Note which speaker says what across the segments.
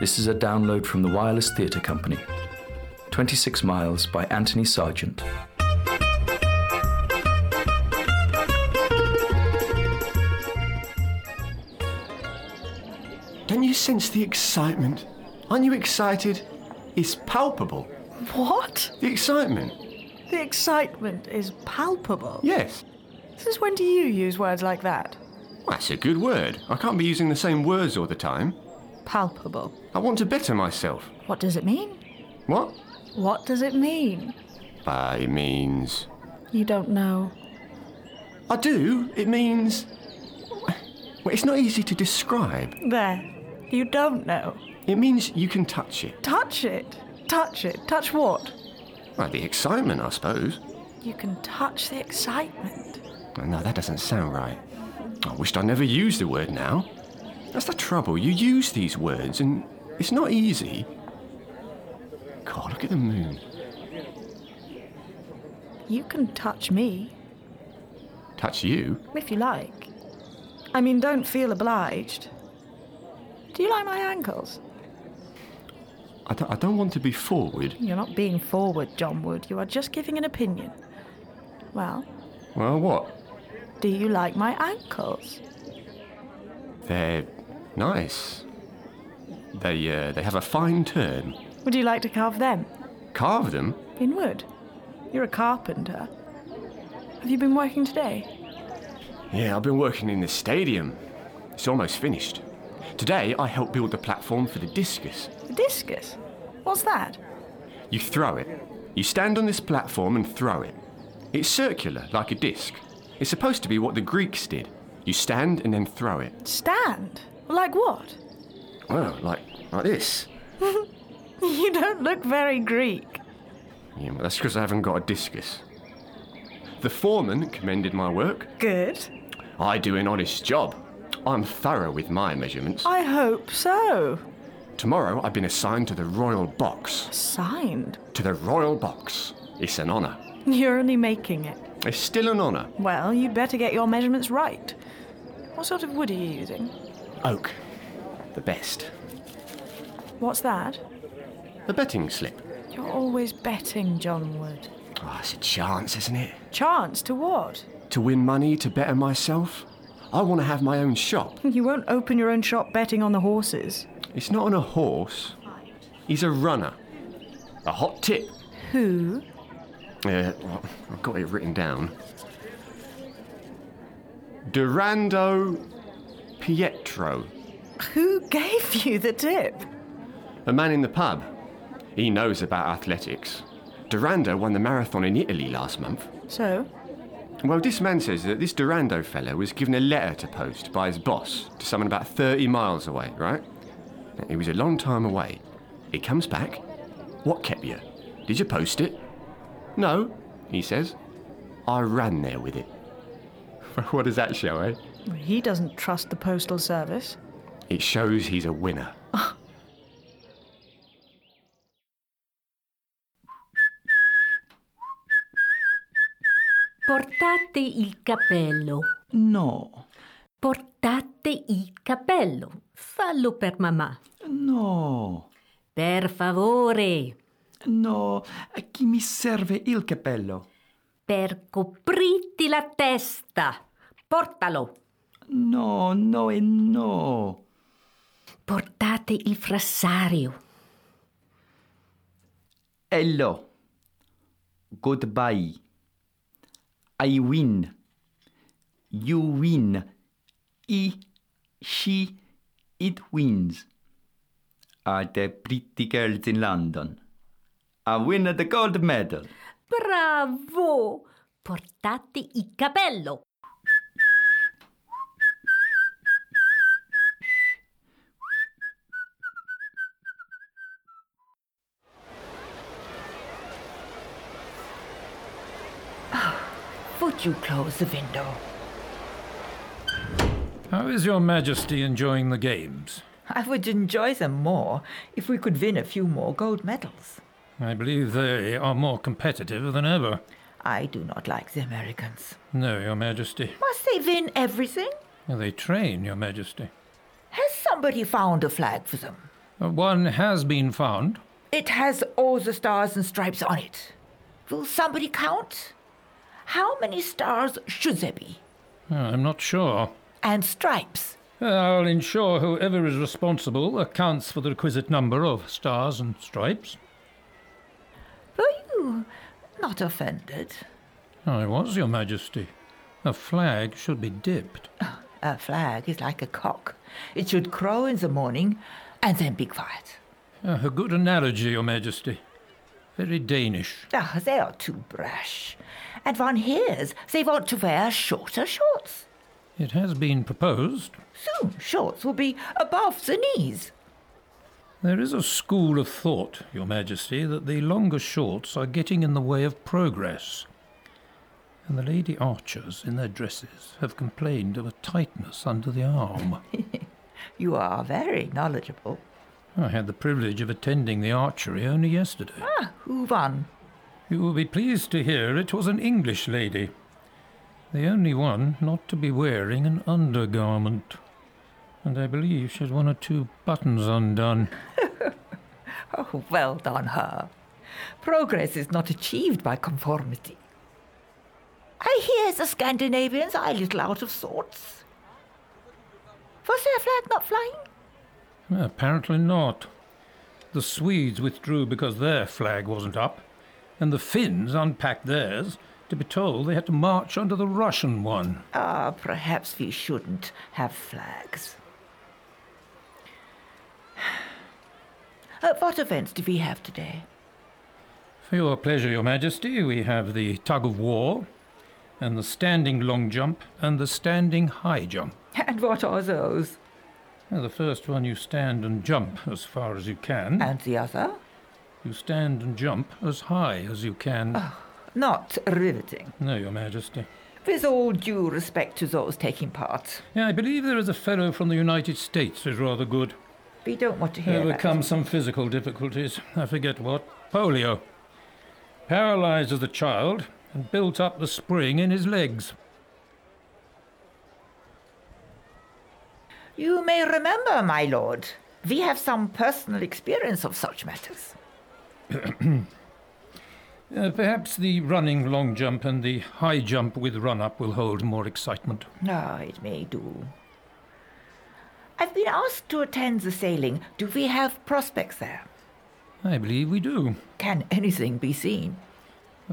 Speaker 1: This is a download from the Wireless Theatre Company. 26 Miles by Anthony Sargent.
Speaker 2: Can you sense the excitement? Aren't you excited? It's palpable.
Speaker 3: What?
Speaker 2: The excitement?
Speaker 3: The excitement is palpable.
Speaker 2: Yes.
Speaker 3: Since when do you use words like that?
Speaker 2: Well, that's a good word. I can't be using the same words all the time.
Speaker 3: Palpable.
Speaker 2: I want to better myself.
Speaker 3: What does it mean?
Speaker 2: What?
Speaker 3: What does it mean?
Speaker 2: By it means.
Speaker 3: You don't know.
Speaker 2: I do. It means. Well, it's not easy to describe.
Speaker 3: There. You don't know.
Speaker 2: It means you can touch it.
Speaker 3: Touch it. Touch it. Touch what?
Speaker 2: Well, the excitement, I suppose.
Speaker 3: You can touch the excitement.
Speaker 2: Oh, No, that doesn't sound right. I wished I never used the word now. That's the trouble. You use these words and it's not easy. God, look at the moon.
Speaker 3: You can touch me,
Speaker 2: Touch you?
Speaker 3: if you like. I mean, don't feel obliged. Do you like my ankles?
Speaker 2: I don't, I don't want to be forward.
Speaker 3: You're not being forward, John Wood. You are just giving an opinion. Well,
Speaker 2: Well, what?
Speaker 3: do you like my ankles?
Speaker 2: They're nice. They, uh, they have a fine turn.
Speaker 3: Would you like to carve them?
Speaker 2: Carve them?
Speaker 3: In wood? You're a carpenter. Have you been working today?
Speaker 2: Yeah, I've been working in the stadium. It's almost finished. Today, I helped build the platform for the discus.
Speaker 3: The discus? What's that?
Speaker 2: You throw it. You stand on this platform and throw it. It's circular, like a disc. It's supposed to be what the Greeks did. You stand and then throw it.
Speaker 3: Stand? Like what?
Speaker 2: Well, like like this.
Speaker 3: You don't look very Greek.
Speaker 2: Yeah, well, that's because I haven't got a discus. The foreman commended my work.
Speaker 3: Good.
Speaker 2: I do an honest job. I'm thorough with my measurements.
Speaker 3: I hope so.
Speaker 2: Tomorrow I've been assigned to the Royal Box.
Speaker 3: Signed.
Speaker 2: To the Royal Box. It's an honour.
Speaker 3: You're only making it.
Speaker 2: It's still an honour.
Speaker 3: Well, you'd better get your measurements right. What sort of wood are you using?
Speaker 2: Oak. The best.
Speaker 3: What's that?
Speaker 2: The betting slip.
Speaker 3: You're always betting, John Wood.
Speaker 2: Oh, it's a chance, isn't it?
Speaker 3: Chance to what?
Speaker 2: To win money, to better myself. I want to have my own shop.
Speaker 3: You won't open your own shop betting on the horses.
Speaker 2: It's not on a horse. He's a runner. A hot tip.
Speaker 3: Who?
Speaker 2: Uh, well, I've got it written down. Durando Pietro,
Speaker 3: Who gave you the tip?
Speaker 2: a man in the pub. He knows about athletics. Durando won the marathon in Italy last month.
Speaker 3: So,
Speaker 2: Well, this man says that this Durando fella was given a letter to post by his boss to someone about 30 miles away, right? Now, He was a long time away. He comes back. What kept you? Did you post it? No, he says. I ran there with it. what does that show, eh?
Speaker 3: he doesn't trust the postal service.
Speaker 2: It shows he's a winner.
Speaker 4: Portate il cappello.
Speaker 1: No,
Speaker 4: Portate il cappello. Fallo per mamma.
Speaker 1: no,
Speaker 4: Per favore.
Speaker 1: no. A chi mi serve il cappello?
Speaker 4: Per coprirti la testa. Portalo.
Speaker 1: No, no e no.
Speaker 4: Portate il frassario.
Speaker 1: Hello. Goodbye. I win. You win. I, she, it wins. Are the pretty girls in London? I win the gold medal.
Speaker 4: Bravo. Portate il cappello.
Speaker 5: Would you close the window?
Speaker 6: How is your majesty enjoying the games?
Speaker 5: I would enjoy them more if we could win a few more gold medals.
Speaker 6: I believe they are more competitive than ever.
Speaker 5: I do not like the Americans.
Speaker 6: No, your majesty.
Speaker 5: Must they win everything?
Speaker 6: They train, your majesty.
Speaker 5: Has somebody found a flag for them?
Speaker 6: Uh, One has been found.
Speaker 5: It has all the stars and stripes on it. Will somebody count? How many stars should there be?
Speaker 6: Uh, I'm not sure.
Speaker 5: And stripes?
Speaker 6: Uh, I'll ensure whoever is responsible accounts for the requisite number of stars and stripes.
Speaker 5: Were you not offended?
Speaker 6: I was, Your Majesty. A flag should be dipped.
Speaker 5: A flag is like a cock. It should crow in the morning and then be quiet.
Speaker 6: Uh, a good analogy, Your Majesty. Very Danish.
Speaker 5: Ah, they are too brash. And one hears they want to wear shorter shorts.
Speaker 6: It has been proposed.
Speaker 5: Soon shorts will be above the knees.
Speaker 6: There is a school of thought, Your Majesty, that the longer shorts are getting in the way of progress. And the lady archers in their dresses have complained of a tightness under the arm.
Speaker 5: You are very knowledgeable.
Speaker 6: I had the privilege of attending the archery only yesterday.
Speaker 5: Ah, who won?
Speaker 6: You will be pleased to hear it was an English lady. The only one not to be wearing an undergarment. And I believe she had one or two buttons undone.
Speaker 5: Oh, well done her. Progress is not achieved by conformity. I hear the Scandinavians are a little out of sorts. Was their flag not flying?
Speaker 6: Apparently not. The Swedes withdrew because their flag wasn't up, and the Finns unpacked theirs to be told they had to march under the Russian one.
Speaker 5: Ah, perhaps we shouldn't have flags. Uh, what events do we have today?
Speaker 6: For your pleasure, Your Majesty, we have the tug of war, and the standing long jump, and the standing high jump.
Speaker 5: And what are those?
Speaker 6: The first one you stand and jump as far as you can.
Speaker 5: And the other?
Speaker 6: You stand and jump as high as you can.
Speaker 5: Not riveting.
Speaker 6: No, Your Majesty.
Speaker 5: With all due respect to those taking part,
Speaker 6: Yeah, I believe there is a fellow from the United States who's rather good.
Speaker 5: we don't want to hear that.
Speaker 6: Overcome some physical difficulties. I forget what. Polio. Paralyzed as a child and built up the spring in his legs.
Speaker 5: You may remember, my lord, we have some personal experience of such matters.
Speaker 6: Uh, perhaps the running long jump and the high jump with run up will hold more excitement.
Speaker 5: Ah, it may do. I've been asked to attend the sailing. Do we have prospects there?
Speaker 6: I believe we do.
Speaker 5: Can anything be seen?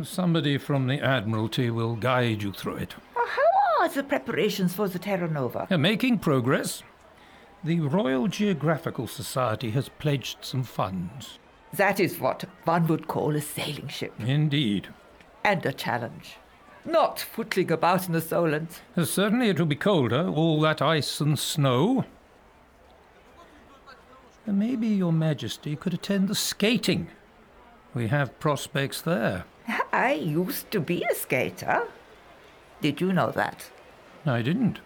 Speaker 6: Somebody from the Admiralty will guide you through it.
Speaker 5: Uh, How are the preparations for the Terra Nova?
Speaker 6: They're making progress. The Royal Geographical Society has pledged some funds.
Speaker 5: That is what one would call a sailing ship.
Speaker 6: Indeed.
Speaker 5: And a challenge. Not footling about in the Solent.
Speaker 6: Uh, Certainly it will be colder, all that ice and snow. Uh, Maybe Your Majesty could attend the skating. We have prospects there.
Speaker 5: I used to be a skater. Did you know that?
Speaker 6: I didn't.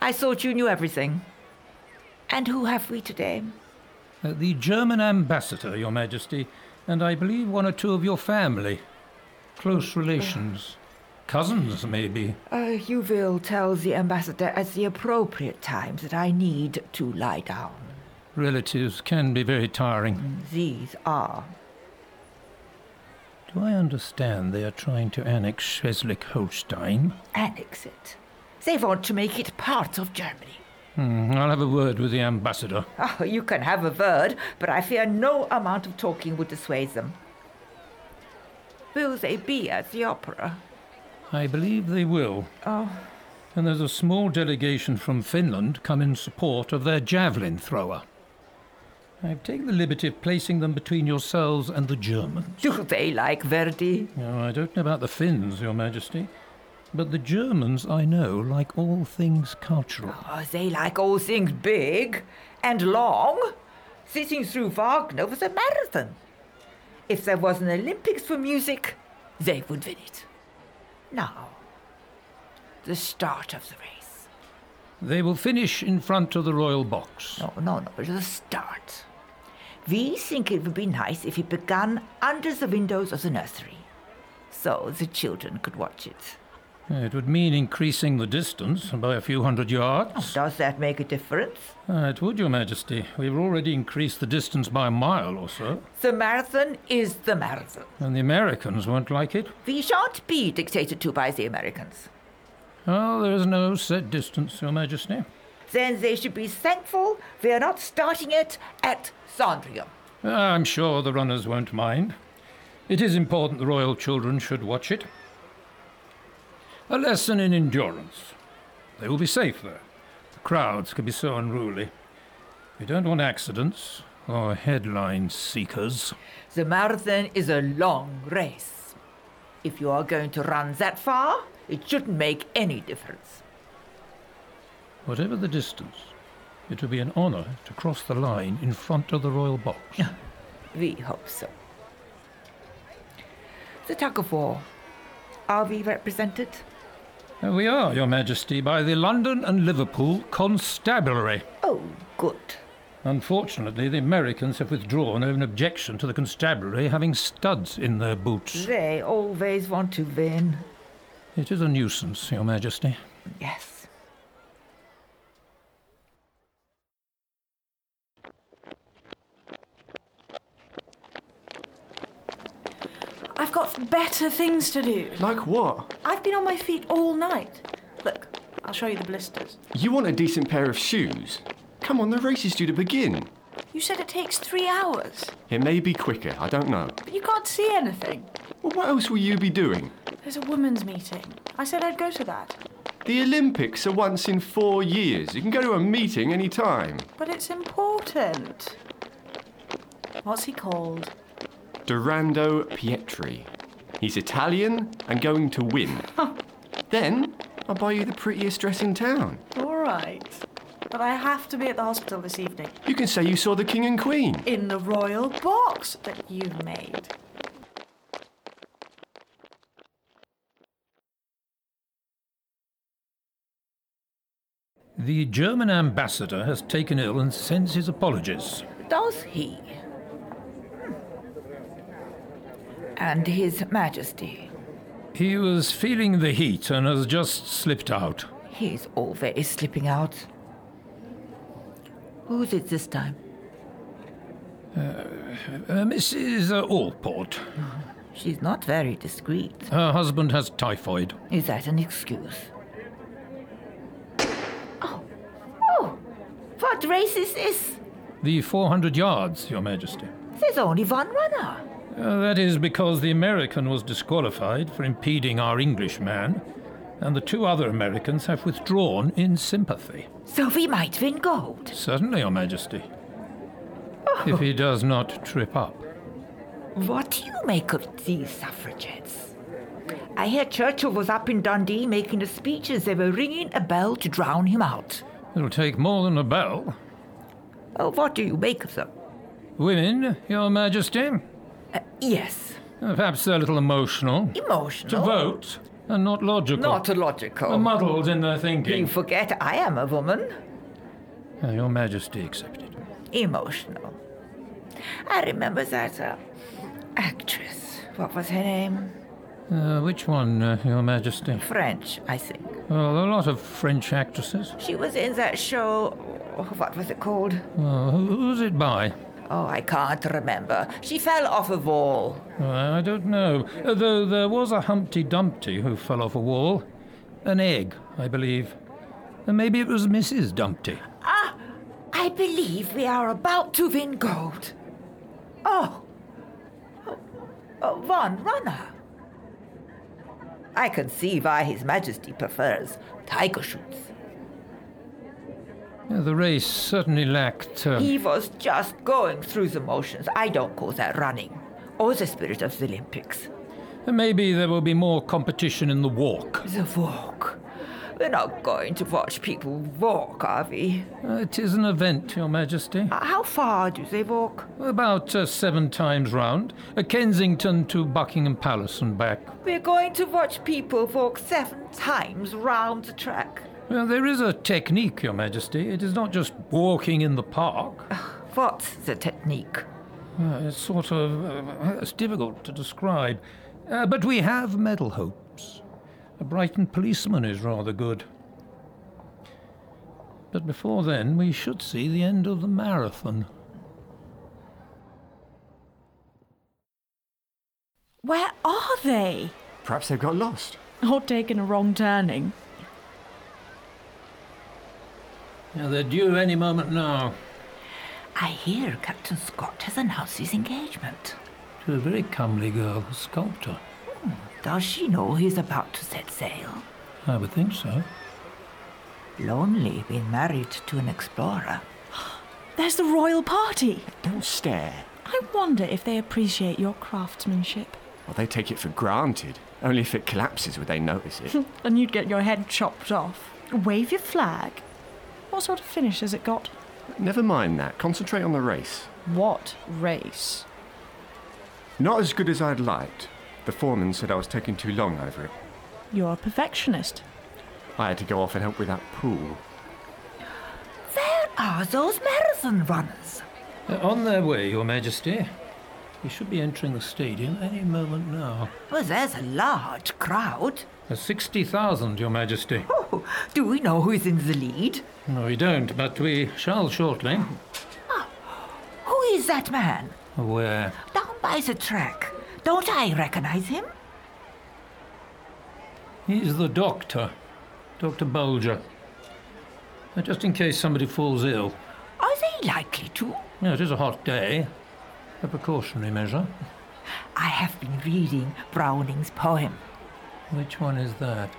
Speaker 5: I thought you knew everything. And who have we today?
Speaker 6: Uh, the German ambassador, Your Majesty, and I believe one or two of your family. Close relations. Cousins, maybe.
Speaker 5: Uh, you will tell the ambassador at the appropriate time that I need to lie down.
Speaker 6: Relatives can be very tiring.
Speaker 5: These are.
Speaker 6: Do I understand they are trying to annex Schleswig Holstein?
Speaker 5: Annex it. They want to make it part of Germany.
Speaker 6: Hmm, I'll have a word with the ambassador.
Speaker 5: Oh, you can have a word, but I fear no amount of talking would dissuade them. Will they be at the opera?
Speaker 6: I believe they will.
Speaker 5: Oh.
Speaker 6: And there's a small delegation from Finland come in support of their javelin thrower. I've taken the liberty of placing them between yourselves and the Germans.
Speaker 5: Do they like Verdi?
Speaker 6: Now, I don't know about the Finns, Your Majesty, but the Germans, I know, like all things cultural.
Speaker 5: Oh, they like all things big and long. Sitting through Wagner was a marathon. If there was an Olympics for music, they would win it. Now, the start of the race.
Speaker 6: They will finish in front of the royal box.
Speaker 5: No, no, no, the start. We think it would be nice if it began under the windows of the nursery, so the children could watch it.
Speaker 6: It would mean increasing the distance by a few hundred yards.
Speaker 5: Does that make a difference?
Speaker 6: Uh, it would, Your Majesty. We've already increased the distance by a mile or so,
Speaker 5: The marathon is the marathon.
Speaker 6: and the Americans won't like it.
Speaker 5: We shan't be dictated to by the Americans.
Speaker 6: Oh, there is no set distance, Your Majesty.
Speaker 5: Then they should be thankful we are not starting it at Sandringham.
Speaker 6: I'm sure the runners won't mind. It is important the royal children should watch it. A lesson in endurance. They will be safe there. The crowds can be so unruly. We don't want accidents or headline seekers.
Speaker 5: The marathon is a long race. If you are going to run that far, it shouldn't make any difference.
Speaker 6: Whatever the distance, it would be an honour to cross the line in front of the royal box.
Speaker 5: We hope so. The tug of war. Are we represented?
Speaker 6: There we are, Your Majesty, by the London and Liverpool Constabulary.
Speaker 5: Oh, good.
Speaker 6: Unfortunately, the Americans have withdrawn over an objection to the constabulary having studs in their boots.
Speaker 5: They always want to win.
Speaker 6: It is a nuisance, Your Majesty.
Speaker 5: Yes.
Speaker 3: I've got better things to do.
Speaker 2: Like what?
Speaker 3: I've been on my feet all night. Look, I'll show you the blisters.
Speaker 2: You want a decent pair of shoes? Come on, the race is due to begin.
Speaker 3: You said it takes three hours,
Speaker 2: It may be quicker, I don't know.
Speaker 3: but you can't see anything.
Speaker 2: Well, what else will you be doing?
Speaker 3: There's a women's meeting. I said I'd go to that,
Speaker 2: The Olympics are once in four years. You can go to a meeting any time.
Speaker 3: but it's important. What's he called?
Speaker 2: Durando Pietri. He's Italian and going to win. Then I'll buy you the prettiest dress in town.
Speaker 3: All right. But I have to be at the hospital this evening.
Speaker 2: You can say you saw the king and queen.
Speaker 3: In the royal box that you've made.
Speaker 6: The German ambassador has taken ill and sends his apologies.
Speaker 5: Does he? Hmm. And His Majesty.
Speaker 6: He was feeling the heat and has just slipped out.
Speaker 5: He's always slipping out. Who's it this time?
Speaker 6: Uh, Mrs. Allport.
Speaker 5: She's not very discreet.
Speaker 6: Her husband has typhoid.
Speaker 5: Is that an excuse? Oh, oh, what race is this?
Speaker 6: The 400 yards, Your Majesty.
Speaker 5: There's only one runner.
Speaker 6: Uh, that is because the American was disqualified for impeding our Englishman, and the two other Americans have withdrawn in sympathy.
Speaker 5: So we might win gold.
Speaker 6: Certainly, Your Majesty. If he does not trip up.
Speaker 5: What do you make of these suffragettes? I hear Churchill was up in Dundee making a speech as they were ringing a bell to drown him out.
Speaker 6: It'll take more than a bell.
Speaker 5: Oh, what do you make of them?
Speaker 6: Women, Your Majesty,
Speaker 5: Uh, yes,
Speaker 6: uh, perhaps they're a little emotional.
Speaker 5: emotional.
Speaker 6: To vote, and not logical.
Speaker 5: Oh. Not
Speaker 6: They're
Speaker 5: logical.
Speaker 6: muddled in their
Speaker 5: you
Speaker 6: thinking.
Speaker 5: forget I am a woman.
Speaker 6: Uh, Your Majesty accepted.
Speaker 5: emotional. I remember that uh, actress. What was her name?
Speaker 6: Uh, which one, uh, Your Majesty?
Speaker 5: French, I think.
Speaker 6: Well, there are a lot of French actresses.
Speaker 5: She was in that show. oh, What was it called?
Speaker 6: Uh, who- who's it by?
Speaker 5: Oh, I can't remember. She fell off a wall.
Speaker 6: Uh, I don't know. Uh, Though there was a Humpty Dumpty who fell off a wall. An egg, I believe. Uh, maybe it was Mrs. Dumpty.
Speaker 5: I believe we are about to win gold. Oh. Oh, oh, one runner. I can see why His Majesty prefers tiger shoots.
Speaker 6: Uh, the race certainly lacked. Uh,
Speaker 5: He was just going through the motions. I don't call that running or the spirit of the Olympics.
Speaker 6: maybe there will be more competition in the walk.
Speaker 5: The walk. We're not going to watch people walk, are we?
Speaker 6: Uh, it is an event, Your Majesty.
Speaker 5: Uh, How far do they walk?
Speaker 6: About uh, seven times round. Uh, Kensington to Buckingham Palace and back.
Speaker 5: We're going to watch people walk seven times round the track.
Speaker 6: Well, there is a technique, Your Majesty. It is not just walking in the park.
Speaker 5: What's the technique?
Speaker 6: Uh, it's sort of. Uh, it's difficult to describe. Uh, but we have medal hopes. A Brighton policeman is rather good. But before then, we should see the end of the marathon.
Speaker 3: Where are they?
Speaker 2: Perhaps they've got lost.
Speaker 3: Or taken a wrong turning.
Speaker 6: Now, they're due any moment now.
Speaker 5: I hear Captain Scott has announced his engagement.
Speaker 6: To a very comely girl, a sculptor.
Speaker 5: Does she know he's about to set sail?
Speaker 6: I would think so.
Speaker 5: Lonely being married to an explorer.
Speaker 3: There's the royal party.
Speaker 2: Don't stare.
Speaker 3: I wonder if they appreciate your craftsmanship.
Speaker 2: Well, they take it for granted. Only if it collapses would they notice it.
Speaker 3: And you'd get your head chopped off. Wave your flag. What sort of finish has it got?
Speaker 2: Never mind that. Concentrate on the race.
Speaker 3: What race?
Speaker 2: Not as good as I'd liked. The foreman said I was taking too long over it.
Speaker 3: You're a perfectionist.
Speaker 2: I had to go off and help with that pool.
Speaker 5: Where are those marathon runners?
Speaker 6: They're Uh, on their way, Your Majesty. We should be entering the stadium any moment now.
Speaker 5: Well, Oh, there's a large crowd.
Speaker 6: There's 60,000, Uh, Your Majesty.
Speaker 5: Oh, do we know who's in the lead?
Speaker 6: No, we don't, but we shall shortly.
Speaker 5: Who is that man?
Speaker 6: Where?
Speaker 5: Down by the track. Don't I recognize him?
Speaker 6: He's the doctor, Dr. Bulger. Uh, Just in case somebody falls ill.
Speaker 5: Are they likely to?
Speaker 6: Yeah, it is a hot day. A precautionary measure.
Speaker 5: I have been reading Browning's poem,
Speaker 6: Which one is that?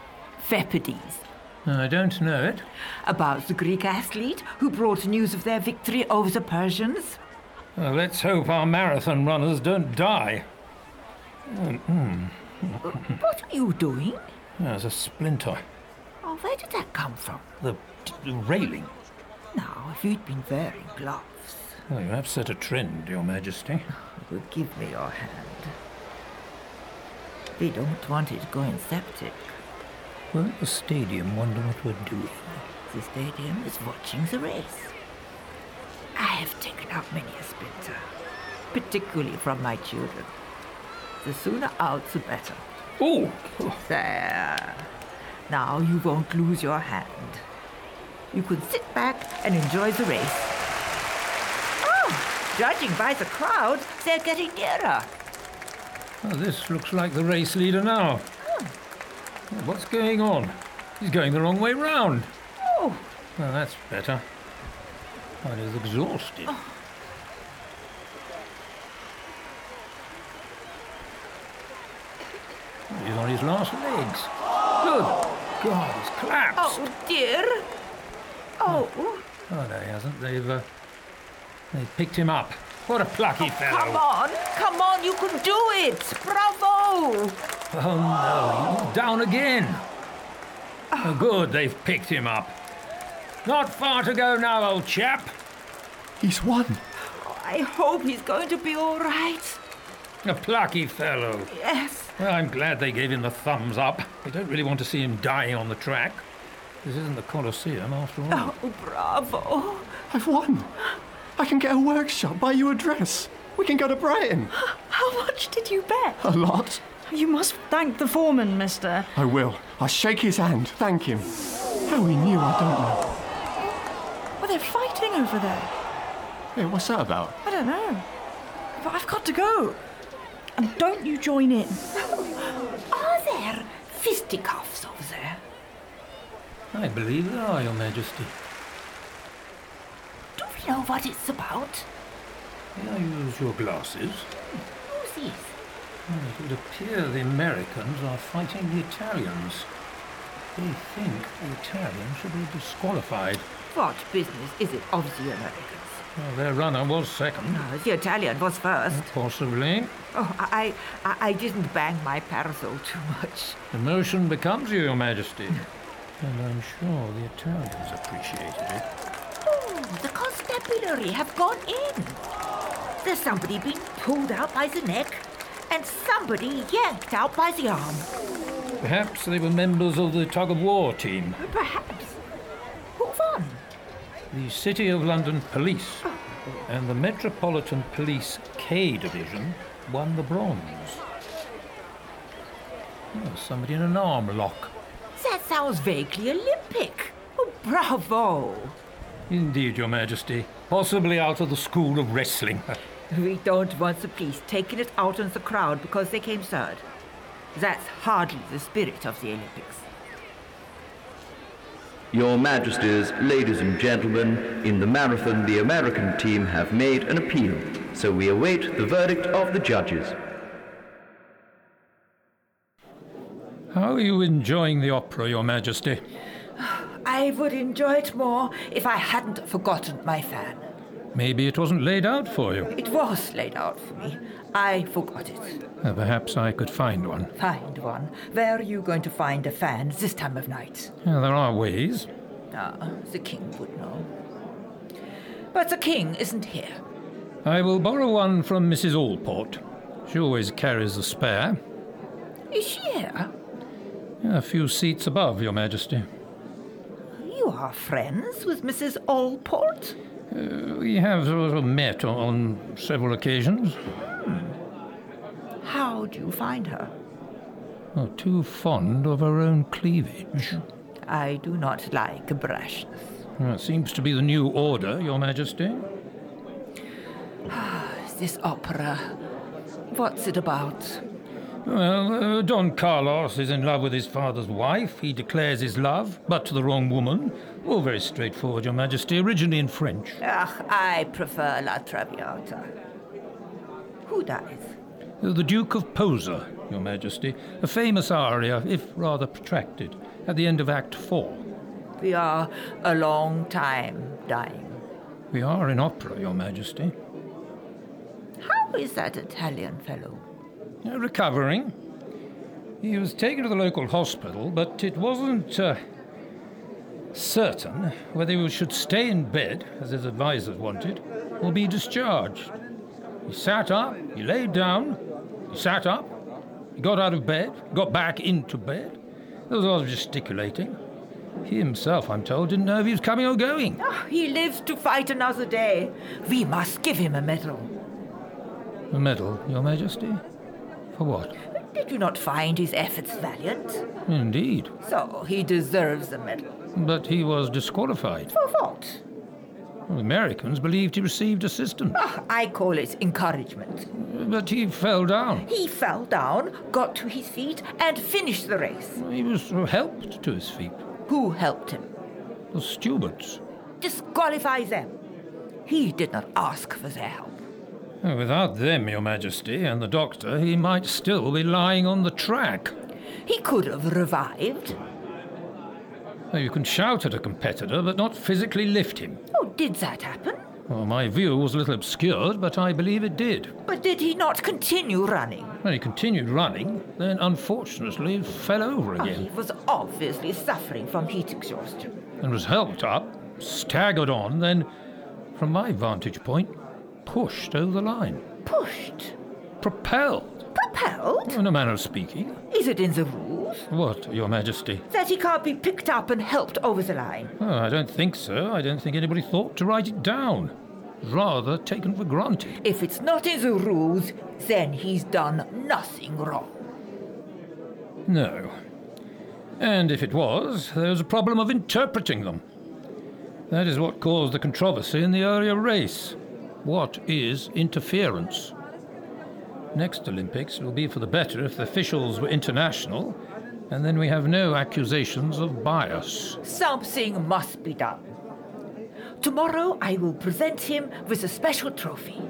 Speaker 5: Phepides,
Speaker 6: I don't know it.
Speaker 5: about the Greek athlete who brought news of their victory over the Persians.
Speaker 6: Uh, let's hope our marathon runners don't die.
Speaker 5: What are you doing?
Speaker 6: There's a splinter.
Speaker 5: Oh, where did that come from?
Speaker 6: The, the railing.
Speaker 5: Now, if you'd been wearing gloves,
Speaker 6: Well, Oh, you have set a trend, Your Majesty.
Speaker 5: you would give me your hand. We don't want it going septic.
Speaker 6: We're at the stadium, wonder what we're doing.
Speaker 5: The stadium is watching the race. I have taken out many a splinter, particularly from my children. The sooner out, the better.
Speaker 6: Oh!
Speaker 5: There. Now you won't lose your hand. You can sit back and enjoy the race. Oh, judging by the crowd, they're getting nearer.
Speaker 6: Well, this looks like the race leader now. Well, What's going on? He's going the wrong way round.
Speaker 5: Oh,
Speaker 6: Well, that's better. Mine is exhausted.
Speaker 5: Oh.
Speaker 6: He's on his last legs. Good God, he's collapsed.
Speaker 5: oh dear. Oh,
Speaker 6: Oh, no, he hasn't. They've, uh, they've picked him up. What a plucky fellow.
Speaker 5: Oh, come on, come on, you can do it. Bravo.
Speaker 6: Oh no, he's down again. Oh, good, they've picked him up. Not far to go now, old chap.
Speaker 2: He's won.
Speaker 5: I hope he's going to be all right.
Speaker 6: A plucky fellow.
Speaker 5: Yes.
Speaker 6: Well, I'm glad they gave him the thumbs up. We don't really want to see him dying on the track. This isn't the Colosseum, after all.
Speaker 5: Oh, bravo.
Speaker 2: I've won. I can get a workshop, buy you a dress. We can go to Brighton.
Speaker 3: How much did you bet?
Speaker 2: A lot.
Speaker 3: You must thank the foreman, mister.
Speaker 2: I will. I'll shake his hand. Thank him. How he knew, I don't know.
Speaker 3: Well, they're fighting over there.
Speaker 2: Hey, what's that about?
Speaker 3: I don't know. But I've got to go. And don't you join in.
Speaker 5: Are there fisticuffs over there?
Speaker 6: I believe they are, Your Majesty.
Speaker 5: Do we know what it's about?
Speaker 6: May I use your glasses?
Speaker 5: Who's this?
Speaker 6: Well, it would appear the Americans are fighting the Italians. They think the Italians should be disqualified.
Speaker 5: What business is it of the Americans?
Speaker 6: Well, their runner was second.
Speaker 5: No, Uh, the Italian was first.
Speaker 6: Possibly.
Speaker 5: Oh, I, I, I didn't bang my parasol too much.
Speaker 6: Emotion becomes you, Your Majesty. And I'm sure the Italians appreciated it.
Speaker 5: Oh, the constabulary have gone in. There's somebody being pulled out by the neck and somebody yanked out by the arm.
Speaker 6: Perhaps they were members of the tug of war team.
Speaker 5: Perhaps. Who won?
Speaker 6: The City of London Police and the Metropolitan Police K Division won the bronze. Oh, somebody in an arm lock.
Speaker 5: sounds vaguely Olympic. Oh, bravo!
Speaker 6: Indeed, Your Majesty. Possibly out of the school of wrestling.
Speaker 5: We don't want the police taking it out on the crowd because they came third. That's hardly the spirit of the Olympics.
Speaker 7: Your Majesties, ladies and gentlemen, in the marathon the American team have made an appeal, so we await the verdict of the judges.
Speaker 6: How are you enjoying the opera, Your Majesty?
Speaker 5: I would enjoy it more if I hadn't forgotten my fan.
Speaker 6: Maybe it wasn't laid out for you.
Speaker 5: It was laid out for me. I forgot it.
Speaker 6: Uh, Perhaps I could find one.
Speaker 5: Find one. Where are you going to find a fan this time of night?
Speaker 6: Uh, there are ways.
Speaker 5: Ah, the king would know. But the king isn't here.
Speaker 6: I will borrow one from Mrs. Allport. She always carries a spare.
Speaker 5: Is she here?
Speaker 6: A few seats above, Your Majesty.
Speaker 5: You are friends with Mrs. Allport?
Speaker 6: We have sort of met on several occasions.
Speaker 5: How do you find her?
Speaker 6: Oh, too fond of her own cleavage.
Speaker 5: I do not like brashness.
Speaker 6: That seems to be the new order, Your Majesty.
Speaker 5: This opera. What's it about?
Speaker 6: Well, uh, Don Carlos is in love with his father's wife. He declares his love, but to the wrong woman. All very straightforward, Your Majesty, originally in French.
Speaker 5: Ah, I prefer La Traviata. Who dies?
Speaker 6: The Duke of Posa, Your Majesty, a famous aria, if rather protracted, at the end of Act Four.
Speaker 5: We are a long time dying.
Speaker 6: We are in opera, Your Majesty.
Speaker 5: How is that Italian fellow?
Speaker 6: Uh, recovering. He was taken to the local hospital, but it wasn't uh, certain whether he should stay in bed, as his advisers wanted, or be discharged. He sat up, he lay down, he sat up, he got out of bed, got back into bed. There was a lot of gesticulating. He himself, I'm told, didn't know if he was coming or going.
Speaker 5: Ah, he lives to fight another day. We must give him a medal.
Speaker 6: A medal, Your Majesty? For what?
Speaker 5: Did you not find his efforts valiant?
Speaker 6: Indeed.
Speaker 5: So he deserves a medal.
Speaker 6: But he was disqualified.
Speaker 5: For what?
Speaker 6: The Americans believed he received assistance,
Speaker 5: Ah, I call it encouragement.
Speaker 6: but he fell down.
Speaker 5: He fell down, got to his feet, and finished the race.
Speaker 6: He was helped to his feet.
Speaker 5: Who helped him?
Speaker 6: The stewards.
Speaker 5: Disqualify them. He did not ask for their help.
Speaker 6: Without them, Your Majesty, and the doctor, he might still be lying on the track.
Speaker 5: He could have revived.
Speaker 6: You can shout at a competitor, but not physically lift him.
Speaker 5: Oh, did that happen?
Speaker 6: Well, my view was a little obscured, but I believe it did.
Speaker 5: But did he not continue running?
Speaker 6: When he continued running, then unfortunately fell over
Speaker 5: He
Speaker 6: again
Speaker 5: was obviously suffering from heat exhaustion.
Speaker 6: and was helped up, staggered on, then, from my vantage point, pushed over the line,
Speaker 5: Pushed.
Speaker 6: propelled,
Speaker 5: Propelled?
Speaker 6: in a manner of speaking.
Speaker 5: Is it in the rules?
Speaker 6: What, Your Majesty?
Speaker 5: That he can't be picked up and helped over the line.
Speaker 6: Oh, I don't think so. I don't think anybody thought to write it down. Rather taken for granted.
Speaker 5: If it's not in the rules, then he's done nothing wrong.
Speaker 6: No. And if it was, there was a problem of interpreting them. That is what caused the controversy in the earlier race. What is interference? Next Olympics will be for the better if the officials were international, and then we have no accusations of bias.
Speaker 5: Something must be done. Tomorrow I will present him with a special trophy.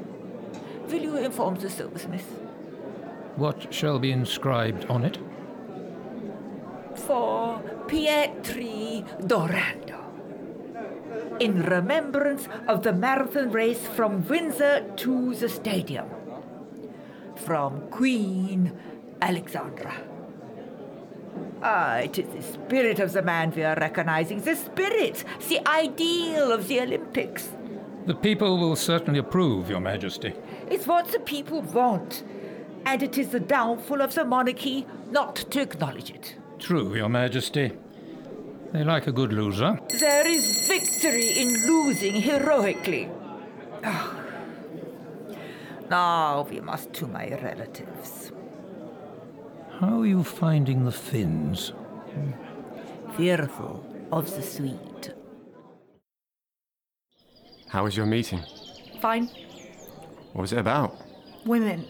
Speaker 5: Will you inform the silversmith?
Speaker 6: What shall be inscribed on it?
Speaker 5: For Pietri Dorando. In remembrance of the marathon race from Windsor to the stadium. From Queen Alexandra. Ah, it is the spirit of the man we are recognizing, the spirit, the ideal of the Olympics.
Speaker 6: The people will certainly approve, Your Majesty.
Speaker 5: It's what the people want. And it is the downfall of the monarchy not to acknowledge it.
Speaker 6: True, Your Majesty. They like a good loser.
Speaker 5: There is victory in losing heroically. Ah. Now we must to my relatives.
Speaker 6: How are you finding the Finns?
Speaker 5: fearful of the Swede.
Speaker 2: How was your meeting?
Speaker 3: Fine.
Speaker 2: What was it about?
Speaker 3: Women.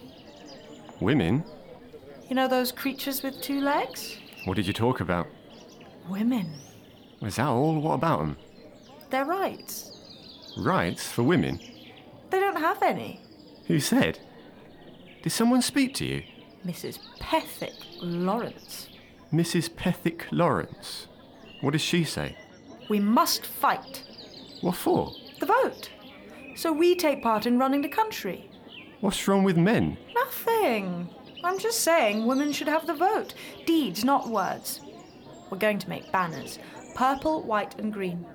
Speaker 2: Women?
Speaker 3: You know those creatures with two legs?
Speaker 2: What did you talk about?
Speaker 3: Women.
Speaker 2: Was that all? What about them?
Speaker 3: Their rights.
Speaker 2: Rights for women?
Speaker 3: They don't have any.
Speaker 2: Who said? Did someone speak to you?
Speaker 3: Mrs. Pethick Lawrence.
Speaker 2: Mrs. Pethick Lawrence. What does she say?
Speaker 3: We must fight
Speaker 2: What for?
Speaker 3: the vote. So we take part in running the country.
Speaker 2: What's wrong with men?
Speaker 3: Nothing. I'm just saying women should have the vote. Deeds, not words. We're going to make banners purple, white, and green.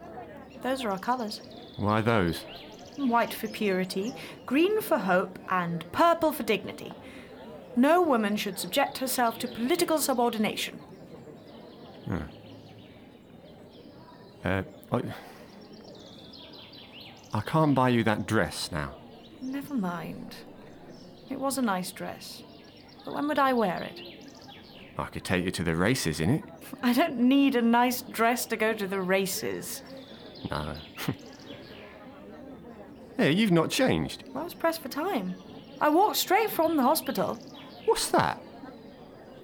Speaker 3: Those are our colours.
Speaker 2: Why those?
Speaker 3: White for purity, green for hope, and purple for dignity. No woman should subject herself to political subordination.
Speaker 2: Uh, I... I can't buy you that dress now.
Speaker 3: Never mind. It was a nice dress. But when would I wear it?
Speaker 2: I could take you to the races in it.
Speaker 3: I don't need a nice dress to go to the races.
Speaker 2: No. hey, you've not changed.
Speaker 3: I was pressed for time. I walked straight from the hospital.
Speaker 2: What's that?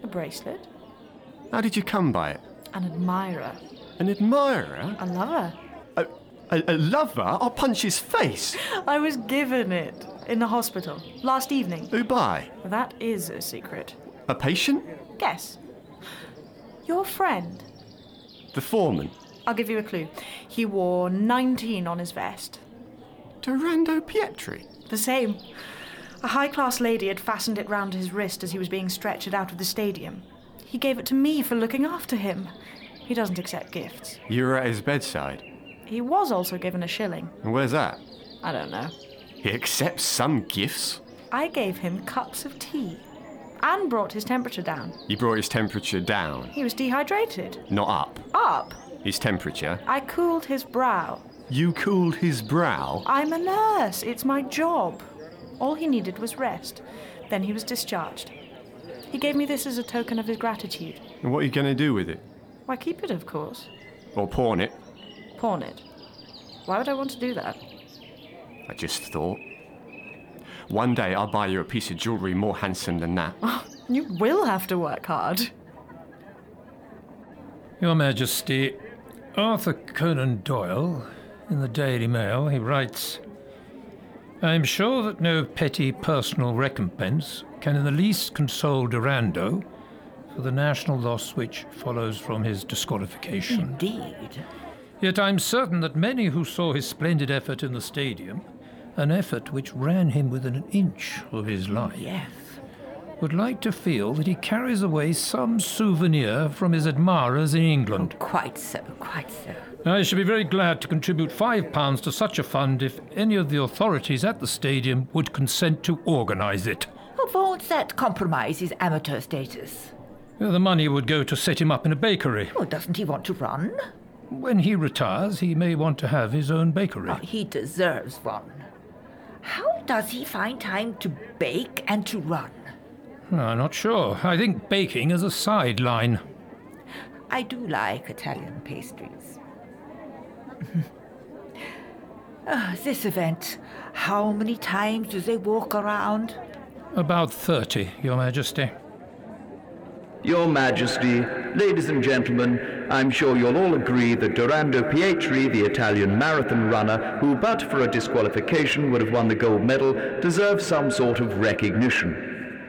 Speaker 3: A bracelet,
Speaker 2: How did you come by it?
Speaker 3: an admirer,
Speaker 2: An admirer?
Speaker 3: a lover.
Speaker 2: A, a, a lover? I'll punch his face.
Speaker 3: I was given it in the hospital last evening.
Speaker 2: Who by?
Speaker 3: That is a secret.
Speaker 2: A patient?
Speaker 3: Guess. Your friend.
Speaker 2: The foreman?
Speaker 3: I'll give you a clue. He wore 19 on his vest.
Speaker 2: Durando Pietri?
Speaker 3: The same. A high class lady had fastened it round his wrist as he was being stretchered out of the stadium. He gave it to me for looking after him. He doesn't accept gifts.
Speaker 2: You were at his bedside.
Speaker 3: He was also given a shilling.
Speaker 2: And where's that?
Speaker 3: I don't know.
Speaker 2: He accepts some gifts.
Speaker 3: I gave him cups of tea and brought his temperature down.
Speaker 2: He brought his temperature down,
Speaker 3: He was dehydrated.
Speaker 2: not up.
Speaker 3: Up.
Speaker 2: His temperature.
Speaker 3: I cooled his brow.
Speaker 2: You cooled his brow.
Speaker 3: I'm a nurse. It's my job. All he needed was rest. Then he was discharged. He gave me this as a token of his gratitude.
Speaker 2: And what are you going to do with it?
Speaker 3: Why keep it, of course.
Speaker 2: Or pawn it?
Speaker 3: Pawn it. Why would I want to do that?
Speaker 2: I just thought. One day I'll buy you a piece of jewellery more handsome than that.
Speaker 3: You will have to work hard.
Speaker 6: Your Majesty, Arthur Conan Doyle, in the Daily Mail, he writes I am sure that no petty personal recompense can in the least console Durando for the national loss which follows from his disqualification.
Speaker 5: Indeed.
Speaker 6: Yet I'm certain that many who saw his splendid effort in the stadium, an effort which ran him within an inch of his life,
Speaker 5: Yes.
Speaker 6: would like to feel that he carries away some souvenir from his admirers in England.
Speaker 5: Quite so, quite so.
Speaker 6: I should be very glad to contribute five pounds to such a fund if any of the authorities at the stadium would consent to organise it.
Speaker 5: Of all that compromise his amateur status.
Speaker 6: The money would go to set him up in a bakery.
Speaker 5: Oh, doesn't he want to run?
Speaker 6: When he retires, he may want to have his own bakery.
Speaker 5: Oh, He deserves one. How does he find time to bake and to run?
Speaker 6: I'm not sure. I think baking is a sideline.
Speaker 5: I do like Italian pastries. Ah, this event, how many times do they walk around?
Speaker 6: About 30, Your Majesty.
Speaker 7: Your Majesty, ladies and gentlemen, I'm sure you'll all agree that Durando Pietri, the Italian marathon runner, who but for a disqualification would have won the gold medal, deserves some sort of recognition.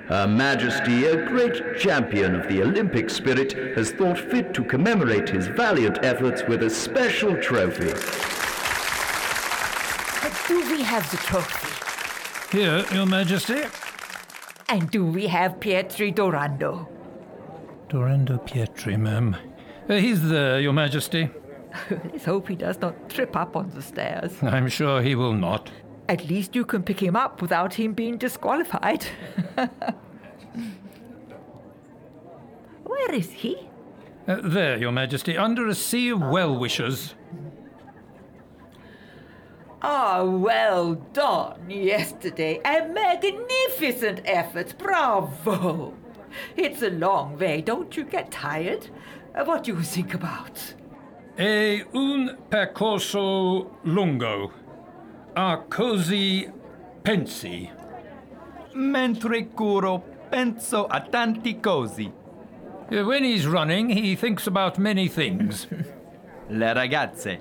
Speaker 7: Her Majesty, a great champion of the Olympic spirit, has thought fit to commemorate his valiant efforts with a special trophy.
Speaker 5: But do we have the trophy?
Speaker 6: Here, Your Majesty.
Speaker 5: And do we have Pietri Dorando?
Speaker 6: Dorando Pietri, ma'am. Uh, he's there, Your Majesty.
Speaker 5: Let's hope he does not trip up on the stairs.
Speaker 6: I'm sure he will not.
Speaker 5: At least you can pick him up without him being disqualified. Where is he?
Speaker 6: Uh, there, Your Majesty, under a sea of well wishers.
Speaker 5: Ah, well done yesterday. A magnificent effort. Bravo. It's a long way. Don't you get tired? Uh, What do you think about?
Speaker 6: E un percorso lungo a così pensi.
Speaker 8: Mentre curo, penso a tanti cosi.
Speaker 6: Uh, When he's running, he thinks about many things.
Speaker 8: Le ragazze,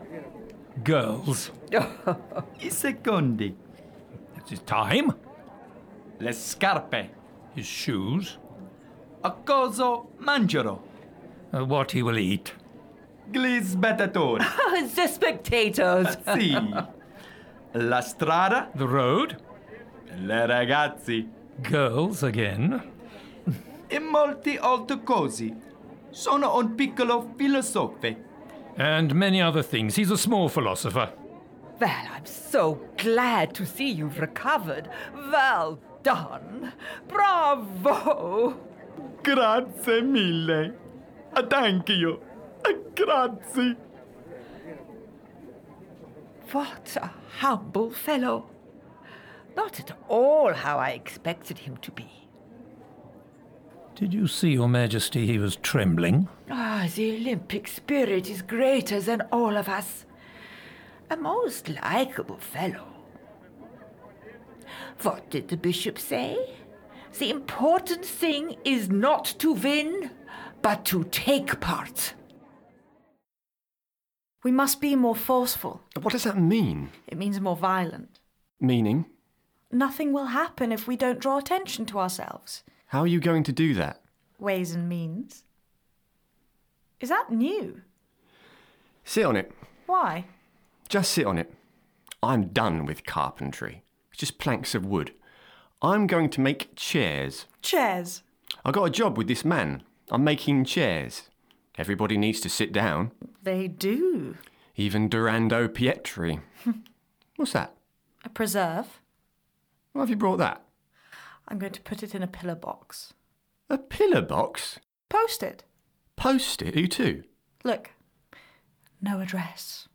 Speaker 6: Girls.
Speaker 8: i secondi,
Speaker 6: It's his time,
Speaker 8: le scarpe,
Speaker 6: his shoes,
Speaker 8: a cosa mangerò,
Speaker 6: uh, what he will eat.
Speaker 8: gli spettatori,
Speaker 5: Uh, the spectators.
Speaker 8: sì, la strada,
Speaker 6: The road.
Speaker 8: le ragazzi
Speaker 6: Girls again.
Speaker 8: e molti altri cosi. Sono un piccolo filosofo.
Speaker 6: And many other things. He's a small philosopher.
Speaker 5: Well, I'm so glad to see you've recovered. Well done. Bravo.
Speaker 8: Grazie mille. Thank you. Grazie.
Speaker 5: What a humble fellow. Not at all how I expected him to be.
Speaker 6: Did you see, Your Majesty, he was trembling?
Speaker 5: Ah, the Olympic spirit is greater than all of us. A most likable fellow. What did the bishop say? The important thing is not to win, but to take part.
Speaker 3: We must be more forceful.
Speaker 2: What does that mean?
Speaker 3: It means more violent.
Speaker 2: Meaning?
Speaker 3: Nothing will happen if we don't draw attention to ourselves.
Speaker 2: How are you going to do that?
Speaker 3: Ways and means. Is that new?
Speaker 2: Sit on it.
Speaker 3: Why?
Speaker 2: Just sit on it. I'm done with carpentry. It's just planks of wood. I'm going to make chairs.
Speaker 3: Chairs.
Speaker 2: I got a job with this man. I'm making chairs. Everybody needs to sit down.
Speaker 3: They do.
Speaker 2: Even Durando Pietri. What's that?
Speaker 3: A preserve.
Speaker 2: Why have you brought that?
Speaker 3: I'm going to put it in a pillar box.
Speaker 2: A pillar box?
Speaker 3: Post it.
Speaker 2: Post it? Who to?
Speaker 3: Look. No address.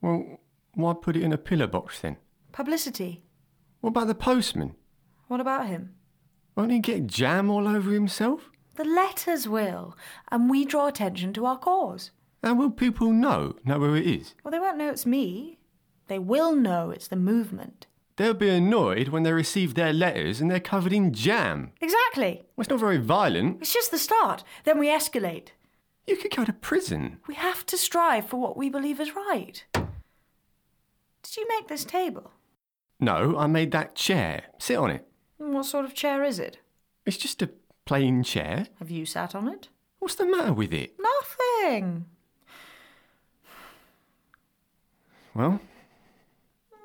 Speaker 2: Well, why put it in a pillar box then?
Speaker 3: Publicity.
Speaker 2: What about the postman?
Speaker 3: What about him?
Speaker 2: Won't he get jam all over himself?
Speaker 3: The letters will, and we draw attention to our cause.
Speaker 2: How will people know, know where it is?
Speaker 3: Well, they won't know it's me. They will know it's the movement.
Speaker 2: They'll be annoyed when they receive their letters and they're covered in jam.
Speaker 3: Exactly.
Speaker 2: Well, it's not very violent.
Speaker 3: It's just the start. Then we escalate.
Speaker 2: You could go to prison.
Speaker 3: We have to strive for what we believe is right. Did you make this table?
Speaker 2: No, I made that chair. Sit on it.
Speaker 3: And What sort of chair is it?
Speaker 2: It's just a plain chair.
Speaker 3: Have you sat on it?
Speaker 2: What's the matter with it?
Speaker 3: Nothing.
Speaker 2: Well,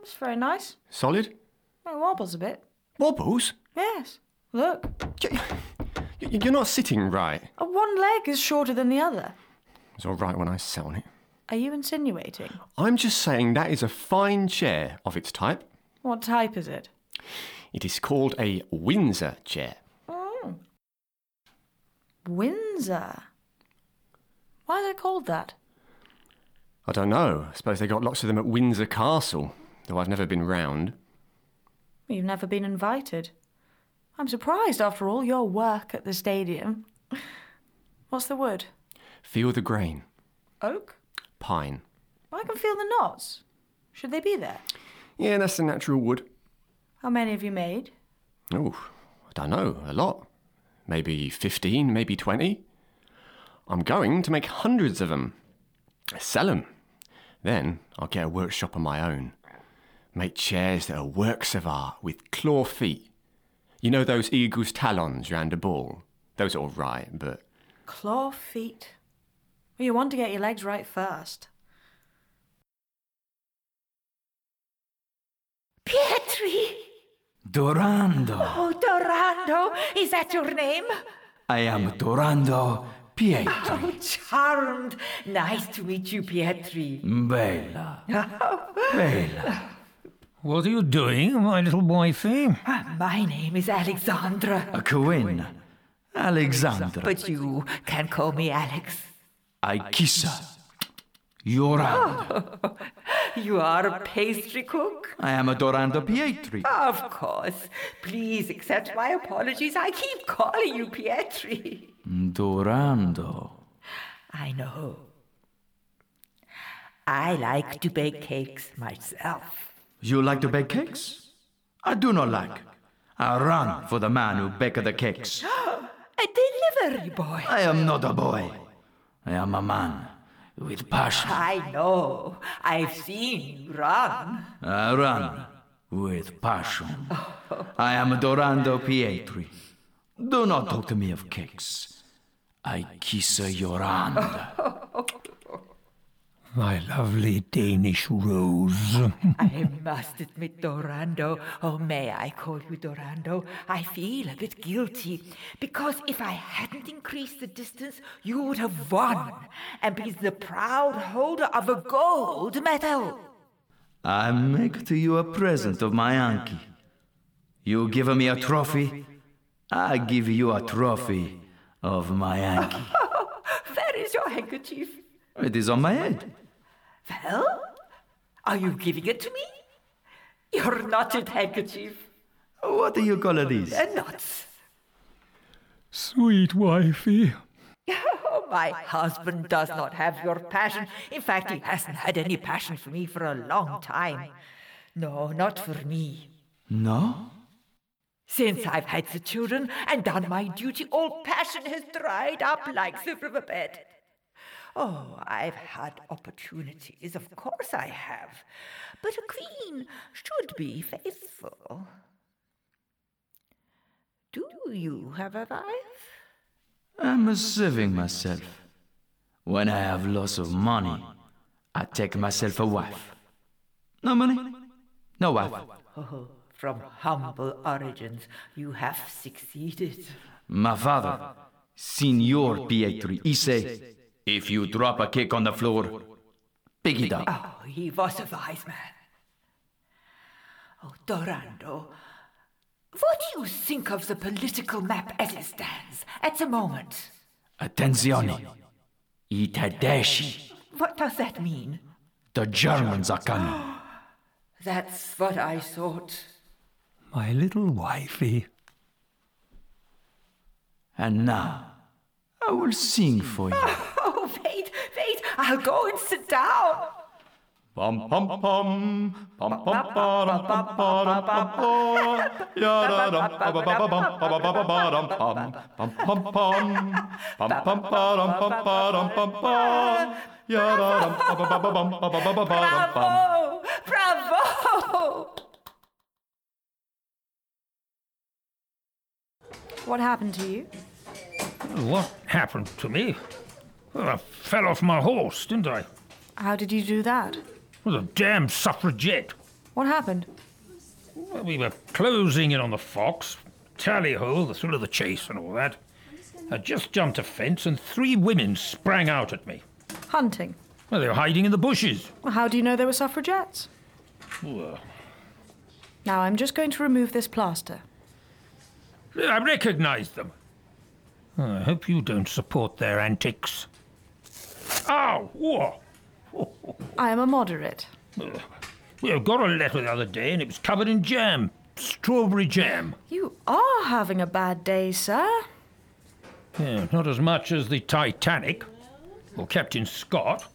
Speaker 3: It's very nice.
Speaker 2: solid.
Speaker 3: It wobbles a bit.
Speaker 2: Wobbles?
Speaker 3: Yes. Look,
Speaker 2: Y- y- You're not sitting right.
Speaker 3: uh, one leg is shorter than the other.
Speaker 2: It's all right when I sit on it.
Speaker 3: Are you insinuating?
Speaker 2: I'm just saying that is a fine chair of its type.
Speaker 3: What type is it?
Speaker 2: It is called a Windsor chair.
Speaker 3: Mm. Windsor. Why is it called that?
Speaker 2: I don't know. I suppose they got lots of them at Windsor Castle, though I've never been round.
Speaker 3: You've never been invited. I'm surprised, after all, your work at the stadium. What's the wood?
Speaker 2: Feel the grain.
Speaker 3: Oak?
Speaker 2: Pine.
Speaker 3: I can feel the knots. Should they be there?
Speaker 2: Yeah, that's the natural wood.
Speaker 3: How many have you made?
Speaker 2: Oh, I don't know, a lot. Maybe 15, maybe 20. I'm going to make hundreds of them. Sell them. Then I'll get a workshop of my own. Make chairs that are works of art with claw feet. You know those eagle's talons round a ball? Those are all right, but
Speaker 3: Claw feet. Well, you want to get your legs right first.
Speaker 5: Pietri!
Speaker 8: Durando.
Speaker 5: Oh, Dorando, is that your name?
Speaker 8: I am Durando Pietri.
Speaker 5: Oh, charmed. Nice to meet you, Pietri.
Speaker 8: Bella. Bella.
Speaker 6: What are you doing, my little wifey?
Speaker 5: My name is Alexandra,
Speaker 8: Quinn. Alexandra.
Speaker 5: but you can call me Alex.
Speaker 8: Aikisa. Yorando.
Speaker 5: You are a pastry cook?
Speaker 8: I am Durando Pietri.
Speaker 5: Of course. Please accept my apologies. I keep calling you Pietri.
Speaker 8: Durando.
Speaker 5: I know. I like to bake cakes myself.
Speaker 8: You like to bake cakes? I do not like. I run for the man who baked the cakes.
Speaker 5: A delivery boy.
Speaker 8: I am not a boy. I am a man with passion.
Speaker 5: I know. I've seen you run.
Speaker 8: I run with passion. I am Dorando Pietri. Do not talk to me of cakes. I kiss your hand.
Speaker 6: My lovely Danish rose.
Speaker 5: I must admit, Dorando, oh, may I call you Dorando? I feel a bit guilty because if I hadn't increased the distance, you would have won and be the proud holder of a gold medal.
Speaker 8: I make to you a present of my Anki. You give me a trophy, I give you a trophy of my Anki.
Speaker 5: Where is your handkerchief?
Speaker 8: It is on my head.
Speaker 5: Well, are you giving it to me? Your knotted handkerchief.
Speaker 8: What do you call this?
Speaker 5: A knot.
Speaker 6: Sweet wifey.
Speaker 5: Oh, my husband does not have your passion. In fact, he hasn't had any passion for me for a long time. No, not for me.
Speaker 8: No?
Speaker 5: Since I've had the children and done my duty, all passion has dried up like the riverbed. Oh, I've had opportunities, of course I have. But a queen should be faithful. Do you have a wife?
Speaker 8: I'm saving myself. When I have lots of money, I take myself a wife. No money, no wife.
Speaker 5: Oh, from humble origins, you have succeeded.
Speaker 8: My father, Signor Pietri, he say, if you drop a cake on the floor, pick it up.
Speaker 5: Oh, he was a wise man. Oh, Dorando, what do you think of the political map as it stands at the moment?
Speaker 8: Attenzione, Itadashi.
Speaker 5: What does that mean?
Speaker 8: The Germans are coming.
Speaker 5: That's what I thought.
Speaker 6: My little wifey.
Speaker 8: And now, I will sing for you.
Speaker 5: Oh, wait, wait, I'll go and sit down.
Speaker 2: Pom pom pom pom pom pom pom pom pom ya da da ba ba ba ba ba ba ba ba ba dum pom pom pom pom pom pom pom pom pom pom pom ya da dum ba ba ba ba ba ba ba ba ba dum pom
Speaker 5: Bravo! Bravo!
Speaker 3: What happened to you?
Speaker 6: What happened to me? Well, I fell off my horse, didn't I?
Speaker 3: How did you do that?
Speaker 6: With a damn suffragette.
Speaker 3: What happened?
Speaker 6: Well, we were closing in on the fox, tally ho, the thrill of the chase and all that. I just jumped a fence and three women sprang out at me.
Speaker 3: Hunting.
Speaker 6: Well, they were hiding in the bushes.
Speaker 3: How do you know they were suffragettes?
Speaker 6: Well,
Speaker 3: Now I'm just going to remove this plaster.
Speaker 6: I recognised them. I hope you don't support their antics. Ow! Whoa!
Speaker 3: I am a moderate.
Speaker 6: We got a letter the other day and it was covered in jam. Strawberry jam.
Speaker 3: You are having a bad day, sir.
Speaker 6: Yeah, not as much as the Titanic, or Captain Scott.